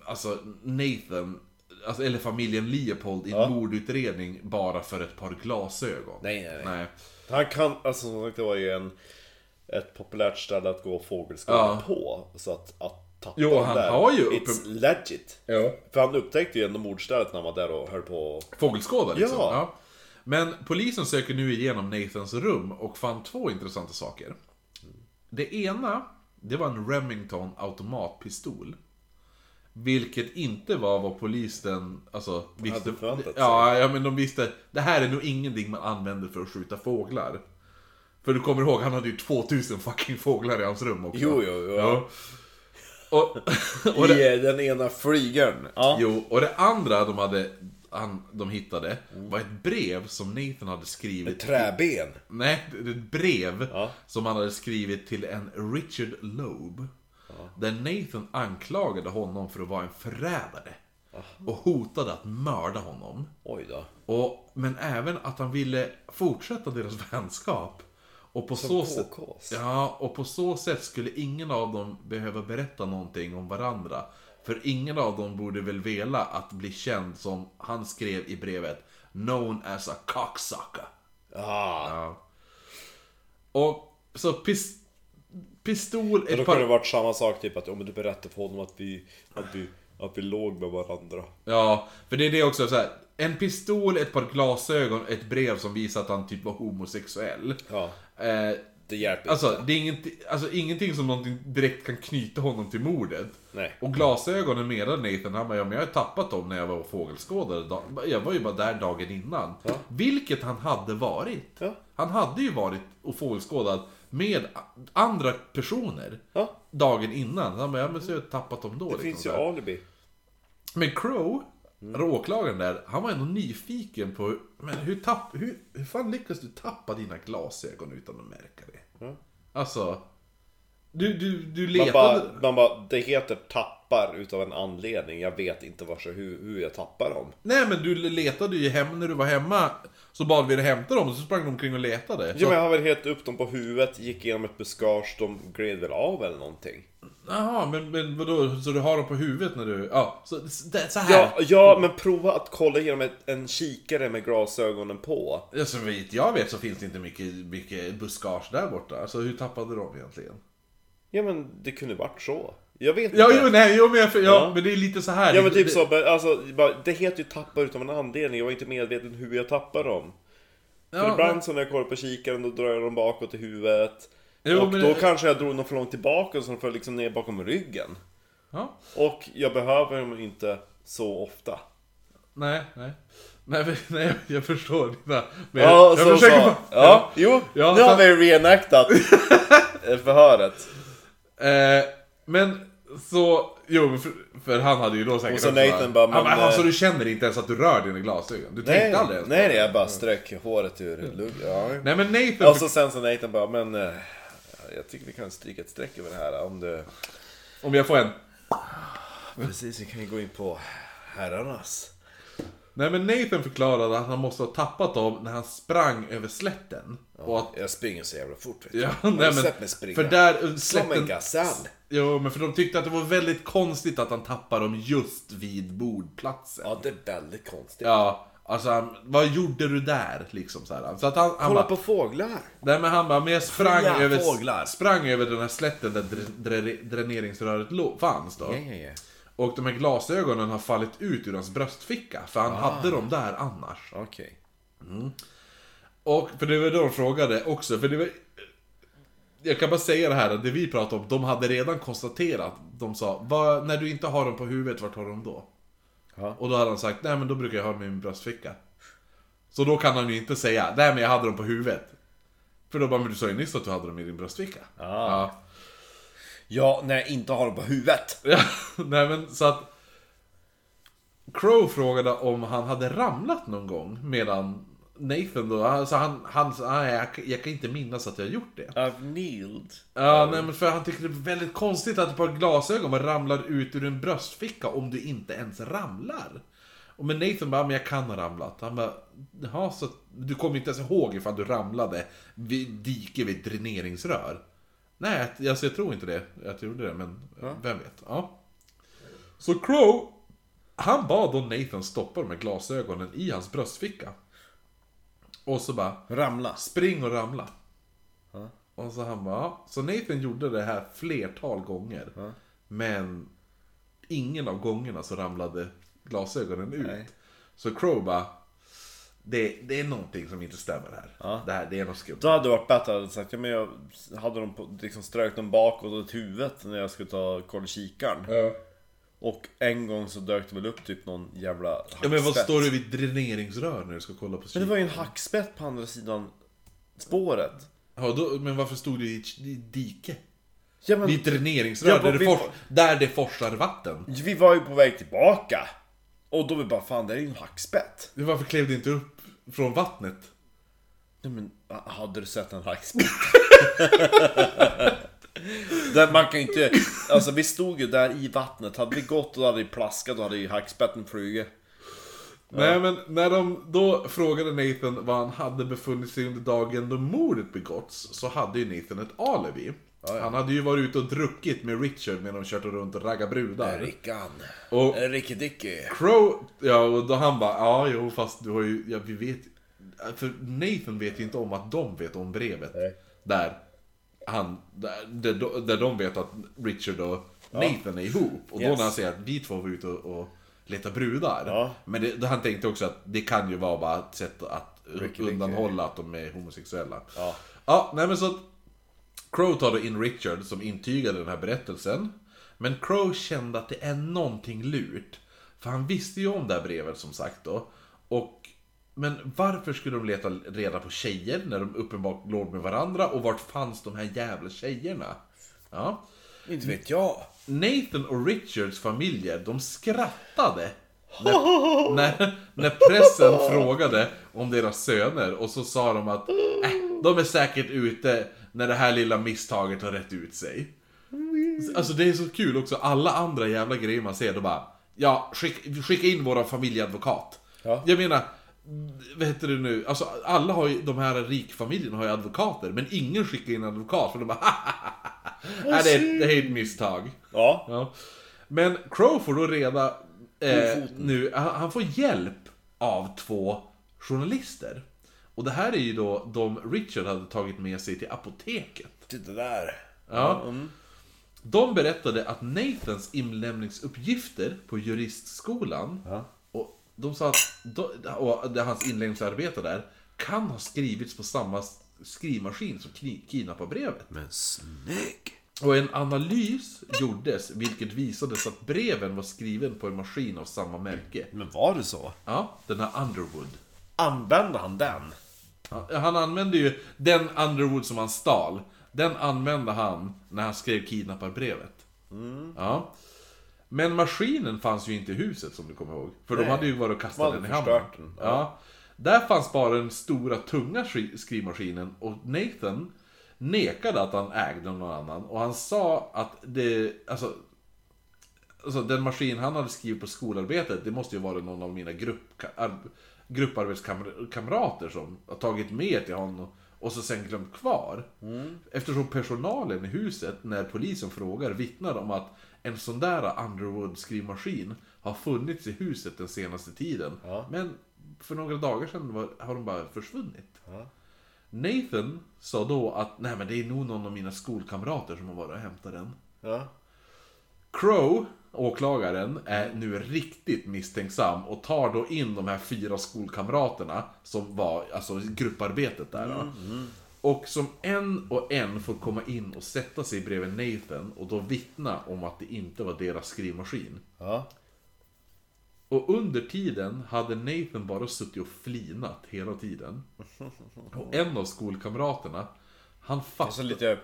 B: Alltså Nathan alltså, Eller familjen Leopold i en mordutredning bara för ett par glasögon
A: Nej, nej, nej.
B: nej.
A: Han kan, alltså som sagt det var ju en, ett populärt ställe att gå fågelskådar
B: Ja.
A: på. Så att, att tappa
B: Jo,
A: den
B: han
A: där,
B: har ju
A: It's
B: uppen-
A: legit.
B: Ja.
A: För han upptäckte ju ändå mordstället när han var där och höll på och...
B: Fågelskådar liksom
A: Ja.
B: Ja. Men polisen söker nu igenom Nathans rum och fann två intressanta saker Det ena Det var en Remington automatpistol Vilket inte var vad polisen alltså, visste.
A: hade förväntat sig.
B: Ja, ja, men de visste. Det här är nog ingenting man använder för att skjuta fåglar. För du kommer ihåg, han hade ju 2000 fucking fåglar i hans rum också.
A: Jo, jo, jo.
B: Ja. Och, och, det,
A: I eh, den ena flygaren. Ja.
B: jo, och det andra de, hade, han, de hittade var ett brev som Nathan hade skrivit.
A: Träben.
B: Nej, det är ett brev
A: Ja.
B: som han hade skrivit till en Richard Loeb. Där Nathan anklagade honom för att vara en förrädare. Och hotade att mörda honom.
A: Oj då.
B: Och, men även att han ville fortsätta deras vänskap. Och på, så sätt,
A: KKs.
B: ja, och på så sätt skulle ingen av dem behöva berätta någonting om varandra. För ingen av dem borde väl vela att bli känd som han skrev i brevet Known as a cocksucker.
A: Ah.
B: Ja. Och så pis, pistol...
A: Då
B: Ett
A: kunde det
B: par,
A: varit samma sak, typ att om du berättar för honom att vi, att vi, att vi låg med varandra.
B: ja, för det är det också så här. En pistol, ett par glasögon, ett brev som visar att han typ var homosexuell.
A: Ja.
B: Eh,
A: Det hjälper
B: alltså, det är ingenting, alltså ingenting som någonting direkt kan knyta honom till mordet.
A: Nej.
B: Och glasögonen menade Nathan, han bara, ja men jag har tappat dem när jag var fågelskådare. dag- Jag var ju bara där dagen innan. Vilket han hade varit.
A: Ja.
B: Han hade ju varit och fågelskådad med a- andra personer.
A: Ja.
B: Dagen innan. Han bara, ja men så har jag tappat dem då.
A: Det finns ju Mm.
B: så här.
A: alibi.
B: Men Crow, åklagaren där, han var ändå nyfiken på hur, men hur, tapp, hur, hur fan lyckas du tappa dina glasögon utan att märka det?
A: Ja.
B: Alltså, du, du, du
A: Man
B: letade...
A: bara, man bara, det heter tappar utav en anledning. Jag vet inte vars och hur, hur jag tappar dem.
B: Nej men du letade ju hem när du var hemma. Så bad vi dig hämta dem och så sprang de omkring och letade.
A: Ja,
B: Så,
A: men jag har väl helt upp dem på huvudet, gick igenom ett buskage, de gled väl av eller någonting.
B: Jaha, men, men vadå? Så du har dem på huvudet när du... Ja, mm. så, så, det- så här.
A: Ja, ja men prova att kolla genom ett, en kikare med glasögonen på.
B: Ja. Så vitt jag vet så finns det inte mycket, mycket buskage där borta. Alltså hur tappade de egentligen?
A: Ja men det kunde varit så. Jag vet
B: Ja,
A: inte.
B: jo, nej, jo, men, jag, ja,
A: Ja.
B: men det är lite så här.
A: Ja men typ
B: det,
A: så, men alltså, bara, det heter ju tappa utav en anledning, jag var inte medveten hur jag tappar dem. För
B: Ja,
A: ibland så när jag kollar på kikaren då drar jag dem bakåt i huvudet.
B: Jo,
A: och
B: men
A: då
B: det-
A: kanske jag drog dem för långt tillbaka så de föll liksom ner bakom ryggen.
B: ja.
A: Och jag behöver dem inte så ofta.
B: Nej, nej. Nej, men- nej, jag förstår. dina- Men
A: Ja, så, så.
B: bara-
A: Ja, jo,
B: Ja,
A: nu har
B: så-
A: vi
B: [LAUGHS]
A: reenactat eh, förhöret.
B: Eh, men så, jo men för, för han hade ju då säkert
A: Och så
B: också
A: Nathan bara,
B: Ja,
A: men,
B: men, alltså
A: eh,
B: du känner inte ens att du rör dina glasögon? Du
A: Nej,
B: tänkte aldrig ens på
A: nej,
B: det?
A: nej, jag bara strök håret ur lugg. Ja.
B: Nej men Nathan,
A: Och så sen så Nathan bara, men eh, jag tycker vi kan stryka ett streck över det här om du...
B: om jag får en
A: Precis, vi kan ju gå in på herrarnas.
B: Nej men Nathan förklarade att han måste ha tappat dem när han sprang över slätten. Och att...
A: Jag springer så jävla fort vet du.
B: Ja,
A: Har
B: nej,
A: du
B: men,
A: sett mig springa?
B: för där eh,
A: Som en
B: slätten...
A: gasell.
B: Jo, men för de tyckte att det var väldigt konstigt att han tappade dem just vid bordplatsen.
A: Ja, det är väldigt konstigt.
B: Ja, alltså han, vad gjorde du där liksom så här. Så att han, han
A: Kolla
B: bara,
A: på fåglar.
B: nej men han bara, men jag sprang
A: Fria
B: över,
A: fåglar.
B: sprang över den här slätten där dr- dr- dräneringsröret lå- fanns då.
A: Ja, ja, ja.
B: Och de här glasögonen har fallit ut ur hans bröstficka, för han
A: Ah.
B: hade dem där annars.
A: Okej.
B: Och, för det var då de frågade också, för det var... Jag kan bara säga det här, att det vi pratade om, de hade redan konstaterat. De sa, "Vad- när du inte har dem på huvudet, vart har du dem då?
A: Ja.
B: Och då hade han sagt, nej men då brukar jag ha dem i min bröstficka. Så då kan han ju inte säga, nej men jag hade dem på huvudet. För då bara, men du sa ju nyss att du hade dem i din bröstficka. Ja.
A: Ja, när jag inte har dem på huvudet.
B: Ja, [LAUGHS] nej men så att Crow frågade om han hade ramlat någon gång medan Nathan då, alltså han, han sa nej jag, jag kan inte minnas att jag gjort det.
A: I've kneeled.
B: Ja, nej men för han tyckte det var väldigt konstigt att ett par glasögon bara ramlar ut ur en bröstficka om du inte ens ramlar. Och men Nathan bara, men jag kan ha ramlat. Han bara, jaha så att du kommer inte ens ihåg ifall du ramlade vid dike vid ett dräneringsrör? Nej, att- alltså jag tror inte det, att jag gjorde det, men vem vet. Ja. Så Crow, han bad då Nathan stoppa de här glasögonen i hans bröstficka. Och så bara,
A: Ramla.
B: Spring och ramla. Och så han bara, ja. Så Nathan gjorde det här flertal gånger. Men ingen av gångerna så ramlade glasögonen ut.
A: Nej.
B: Så Crow bara, det, det är någonting som inte stämmer här.
A: Ja.
B: Det här det är något skumt.
A: Då hade det varit bättre att jag hade sagt, ja, men jag hade dem på, liksom strök dem bakåt åt huvudet när jag skulle ta koll i kikaren.
B: Ja.
A: Och en gång så dök det väl upp typ någon jävla hackspett.
B: Ja, men vad står det vid dräneringsrör när du ska kolla på
A: Men det var
B: kylen?
A: ju en hackspett på andra sidan spåret.
B: Ja, då, men varför stod det i ett i ett dike?
A: Ja, men,
B: Vid ett dräneringsrör,
A: Ja,
B: där, det
A: vi-
B: fors, där det forsar vatten.
A: vi var ju på väg tillbaka. Och då vi bara, fan det är ju en hackspett.
B: Men Varför klev det inte upp från vattnet?
A: Nej men, ha- hade du sett en hackspett? [LAUGHS] Där man kan ju inte, alltså vi stod ju där i vattnet, hade vi gått och hade vi plaskat då hade ju hackspetten flugit.
B: Nej men när de då frågade Nathan var han hade befunnit sig under dagen då mordet begåtts så hade ju Nathan ett alibi. Han hade ju varit ute och druckit med Richard medan de kört runt och raggat brudar.
A: Rickan.
B: Och
A: Ricky Dicky.
B: Crow, ja och då han bara ja jo fast du har ju, ja vi vet För Nathan vet ju inte om att de vet om brevet.
A: Nej.
B: Där han, där, där, de- där de vet att Richard och Nathan är ihop. Och då
A: Yes.
B: när han säger att vi två var ute och, och letade brudar.
A: Ja.
B: Men det, då han tänkte också att det kan ju vara bara ett sätt att
A: Ricky,
B: undanhålla att de är homosexuella.
A: Ja.
B: ja nej men så att Crow tar då in Richard som intygade den här berättelsen. Men Crow kände att det är någonting lurt. För han visste ju om det här brevet som sagt då. Och, men varför skulle de leta reda på tjejer när de uppenbart låg med varandra? Och vart fanns de här jävla tjejerna? Ja.
A: Inte vet jag.
B: Nathan och Richards familjer, de skrattade när, när, när pressen frågade om deras söner och så sa de att äh, de är säkert ute när det här lilla misstaget har rätt ut sig. Alltså det är så kul också, alla andra jävla grejer man ser, då bara Ja, skick, skicka in våran familjeadvokat.
A: Ja.
B: Jag menar, vad heter det nu, alltså alla har ju, de här rikfamiljerna har ju advokater, men ingen skickar in advokat för de bara [LAUGHS] Nej, det, är, det är ett misstag.
A: Ja.
B: Ja. Men Crow får då reda eh,
A: foten.
B: nu, han, han får hjälp av två journalister. Och det här är ju då de Richard hade tagit med sig till apoteket.
A: Titta där.
B: Ja. De berättade att Nathans inlämningsuppgifter på juristskolan och de sa att de, och det, hans inlämningsarbete där kan ha skrivits på samma skrivmaskin som kni- kidnapparbrevet.
A: Men snygg.
B: Och en analys gjordes, vilket visades att breven var skriven på en maskin av samma märke.
A: Men var det så?
B: Ja, den här Underwood.
A: Använde han den?
B: Ja, Han använde ju den Underwood som han stal. Den använde han när han skrev kidnapparbrevet. Ja. Men maskinen fanns ju inte i huset som du kommer ihåg. För de
A: Nej.
B: hade ju varit och
A: De
B: kastat
A: hade
B: den i hamnen.
A: förstört den,
B: Ja. Där fanns bara den stora tunga skri- skrivmaskinen och Nathan nekade att han ägde någon annan. Och han sa att det, alltså Alltså den maskin han hade skrivit på skolarbetet, det måste ju vara någon av mina grupp, ar, grupparbetskamrater som har tagit med till honom och så sen glömt kvar.
A: Mm.
B: Eftersom personalen i huset, när polisen frågar, vittnar om att en sån där Underwood-skrivmaskin har funnits i huset den senaste tiden.
A: Ja.
B: Men för några dagar sedan var, har de bara försvunnit.
A: Ja.
B: Nathan sa då att nej men det är nog någon av mina skolkamrater som har varit och hämtat den.
A: Ja.
B: Crow, åklagaren, är nu riktigt misstänksam och tar då in de här fyra skolkamraterna som var, alltså grupparbetet där då. Och som en och en får komma in och sätta sig bredvid Nathan och då vittna om att det inte var deras skrivmaskin.
A: Ja.
B: Och under tiden hade Nathan bara suttit och flinat hela tiden. Och en av skolkamraterna, han
A: Och så
B: fattade...
A: Alltså, lite...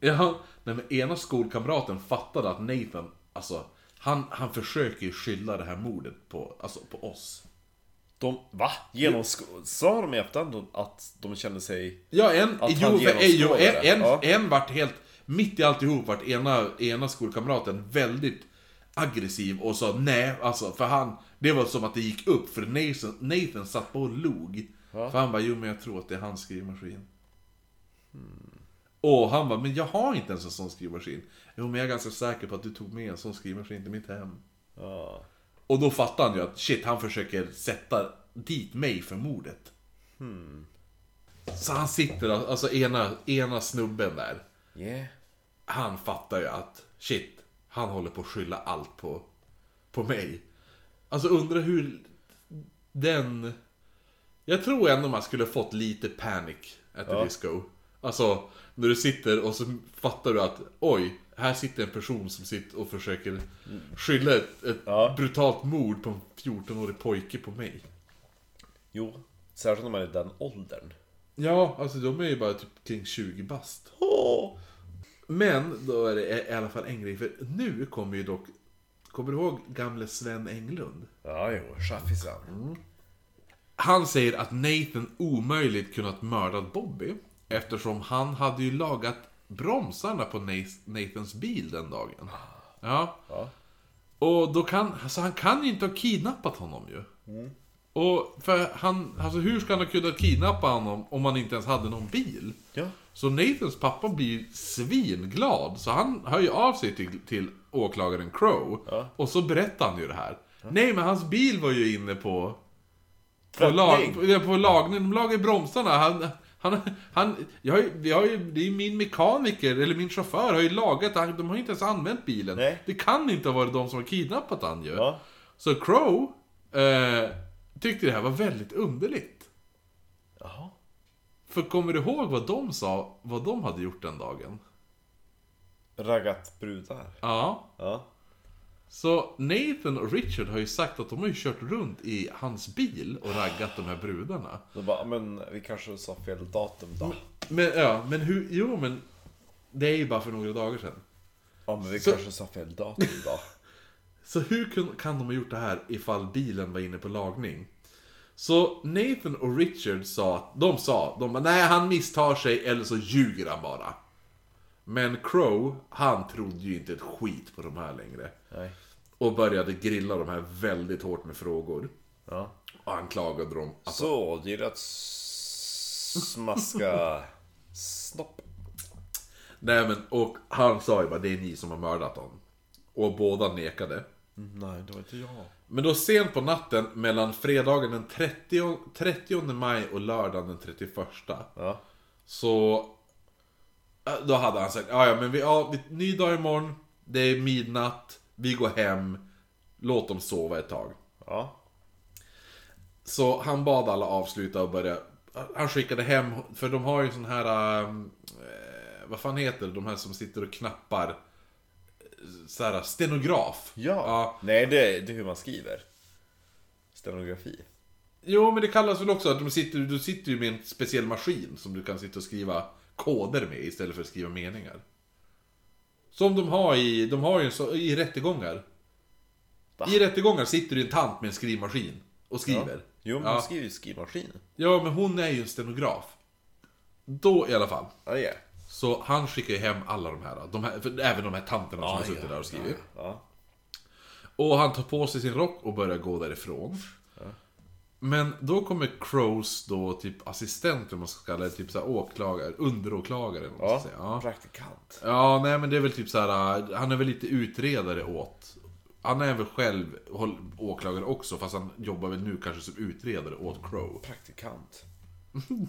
B: Ja, nej, men ena skolkamraten fattade att Nathan, alltså, han, han försöker ju skylla det här mordet på, alltså, på oss.
A: De, va? Genom sko- Sa de i efterhand att de kände sig...
B: Ja, en,
A: han
B: jo, för,
A: genomskådade
B: jo, en,
A: det,
B: en,
A: ja.
B: en vart helt, mitt i alltihop vart ena, ena skolkamraten väldigt aggressiv och sa nej, alltså, för han, det var som att det gick upp, för Nathan, Nathan satt på och log. För han bara, jo men jag tror att det är hans skrivmaskin. Och han bara, men jag har inte ens en sån skrivmaskin. Jo men jag är ganska säker på att du tog med en sån skrivmaskin till mitt hem.
A: Ja.
B: Och då fattar han ju att shit, han försöker sätta dit mig för mordet. Så han sitter, alltså ena, ena snubben där,
A: Yeah.
B: han fattar ju att shit, han håller på att skylla allt på, på mig. Alltså undrar hur den... Jag tror ändå man skulle fått lite panic at the disco. Alltså, när du sitter och så fattar du att oj, här sitter en person som sitter och försöker skylla ett, ett
A: Ja.
B: brutalt mord på en 14-årig pojke på mig.
A: Jo. Särskilt om man är i den åldern.
B: Ja, alltså de är ju bara typ kring 20 bast.
A: Åh!
B: Men då är det i alla fall en grej, för nu kommer ju dock... Kommer du ihåg gamle Sven Englund?
A: Ja, jo. Tjaffisen.
B: Han säger att Nathan omöjligt kunnat mörda Bobby eftersom han hade ju lagat bromsarna på Nath- Nathans bil den dagen. Ja.
A: Ja.
B: Och då kan, alltså han kan ju inte ha kidnappat honom ju.
A: Mm.
B: Och för han, alltså hur ska han ha kunnat kidnappa honom om han inte ens hade någon bil?
A: Ja.
B: Så Nathans pappa blir svinglad, så han hör ju av sig till, till åklagaren Crow. Och så berättar han ju det här. Nej, men hans bil var ju inne på... På, lag, på, ja, på lagning, de lagar ju bromsarna. Han, han, han, jag har ju, vi har ju, det är ju min mekaniker, eller min chaufför, har ju lagat, han- de har ju inte ens använt bilen.
A: Nej.
B: Det kan inte ha varit de som har kidnappat han ju.
A: Ja.
B: Så Crow eh, tyckte det här var väldigt underligt.
A: Jaha.
B: För kommer du ihåg vad de sa, vad de hade gjort den dagen?
A: Raggat brudar.
B: Ja.
A: Ja.
B: Så Nathan och Richard har ju sagt att de har ju kört runt i hans bil och raggat de här brudarna.
A: Då bara, men vi kanske sa fel datum då.
B: Men ja, men hur, jo men. Det är ju bara för några dagar sedan.
A: Ja, men vi
B: Så-
A: kanske sa fel datum då.
B: Så hur kun, kan de ha gjort det här ifall bilen var inne på lagning? Så Nathan och Richard sa att, de sa, de bara, nej han misstar sig eller så ljuger han bara. Men Crow, han trodde ju inte ett skit på de här längre.
A: [LAUGHS] Nej.
B: Och började grilla de här väldigt hårt med frågor.
A: Ja.
B: Och anklagade dem.
A: Så, det gäller att s- smaska snopp.
B: Nej men, och han sa ju bara det är ni som har mördat honom. Och båda nekade.
A: Mm, Nej, det var inte jag.
B: Men då sent på natten mellan fredagen den 30, 30 maj och lördagen den 31
A: Ja.
B: Så... äh, Då hade han sagt, "Ja, ja men vi, ja, vi, ny dag imorgon, det är midnatt, vi går hem, låt dem sova ett tag.
A: Ja.
B: Så han bad alla avsluta och börja... eh, Han skickade hem, för de har ju sån här... ähm, Eh, vad fan heter det? De här som sitter och knappar... eh, Så här, stenograf.
A: Ja. Nej, det, det är hur man skriver. Stenografi.
B: Jo, men det kallas väl också att de sitter, du sitter ju med en speciell maskin som du kan sitta och skriva koder med istället för att skriva meningar. Som de har i, de har ju en så, i rättegångar.
A: Va?
B: I rättegångar sitter ju en tant med en skrivmaskin och skriver.
A: Jo, men
B: Ja.
A: man skriver ju skrivmaskin.
B: Ja, men hon är ju en stenograf. Då i alla fall.
A: Ja, det är
B: Så han skickar ju hem alla de här. De här för, även de här tanterna som har suttit där och skrivit.
A: Ja.
B: Och han tar på sig sin rock och börjar gå därifrån. Men då kommer Crows då typ assistent, om man ska kalla det, typ så här åklagare, underåklagare eller vad man
A: Ja,
B: ska säga. Ja.
A: praktikant.
B: Ja, nej men det är väl typ så här. äh, han är väl lite utredare åt... Han är väl själv håll- åklagare också, fast han jobbar väl nu kanske som utredare åt Crow. [LAUGHS]
A: Praktikant.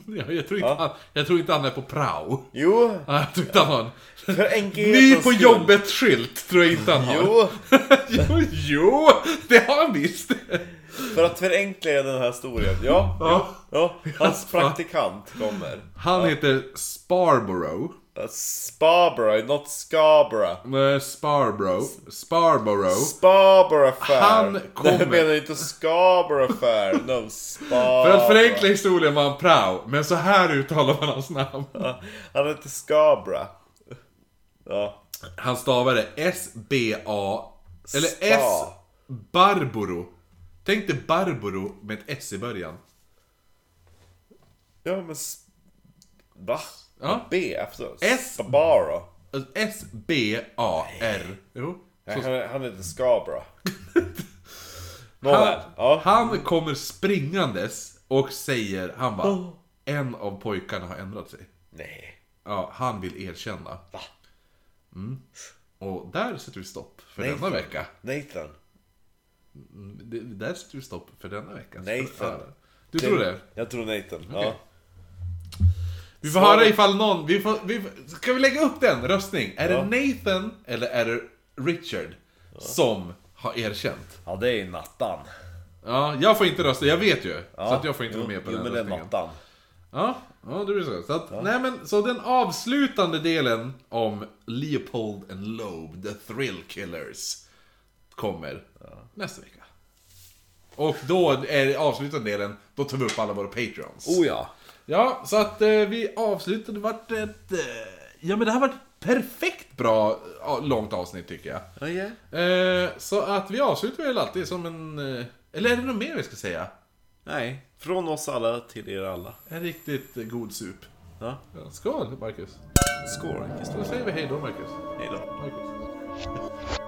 B: Ja, jag, tror inte
A: Ja.
B: han, jag tror inte han är på prao. [LAUGHS]
A: Jo,
B: Ja, Jag tror inte han har
A: [LAUGHS]
B: en
A: för enkelhetens
B: ny på
A: skull.
B: jobbet-skylt, tror jag inte han har.
A: Jo,
B: [LAUGHS] jo, jo, det har han visst.
A: för att förenkla den här historien. Ja,
B: Ja.
A: ja hans praktikant kommer.
B: Han heter Sparborough.
A: Uh, Sparborough, not Scarborough.
B: Nej, Sparborough. Sparborough.
A: Scarborough Fair.
B: Han
A: Nej,
B: kommer.
A: Jag menar inte Scarborough Fair, no Sparborough.
B: För att förenkla historien var han prao, men så här uttalar man hans namn.
A: Han heter Scarborough. Ja.
B: Han stavar det S-B-A... Eller
A: Spa.
B: S... Barboro. Tänk dig Barboro med ett S i början.
A: Ja men... s- Va?
B: Ja.
A: B efteråt?
B: S-
A: Scarborough.
B: Alltså, S-B-A-R. Jo.
A: Nej,
B: Så-
A: han, han heter
B: [LAUGHS]
A: Scarborough. Nåväl.
B: han,
A: Ja.
B: han kommer springandes och säger, han bara, en av pojkarna har ändrat sig.
A: Nej.
B: Ja, han vill erkänna. Mm.
A: Va?
B: Och där sätter vi stopp för
A: Nej,
B: denna
A: fan.
B: vecka.
A: Nathan.
B: Det, där sätter vi stopp för denna vecka.
A: Nej, fan.
B: Ja. Du tror det?
A: Jag tror Nathan. Ja.
B: Okej. Vi får höra ifall någon... Vi får, vi, får- ska vi lägga upp den röstning? Är
A: Ja.
B: det Nathan eller är det Richard som har erkänt?
A: ja, det är ju Nattan.
B: Ja, jag får inte rösta, jag vet ju.
A: Ja.
B: Så att jag får inte vara med på
A: jo,
B: den
A: men det är
B: röstningen.
A: Nattan.
B: Ja, ja, det blir så. Så, att, nej, men, så den avslutande delen om Leopold and Loeb, The Thrill Killers, kommer nästa vecka. Och då är det avslutande delen, då tar vi upp alla våra Patreons.
A: Oh ja.
B: Ja, så att eh, vi avslutade. Det vart ett... Eh, ja, men det här vart ett perfekt bra eh, långt avsnitt tycker jag.
A: Oh, yeah.
B: Eh, så att vi avslutar väl alltid som en... Eh, eller är det något mer vi ska säga?
A: Nej. Från oss alla till er alla.
B: En riktigt eh, god sup.
A: Ja.
B: Ja, Skål, Marcus.
A: Skål.
B: Då säger vi hej då, Marcus.
A: Hej då.
B: Marcus.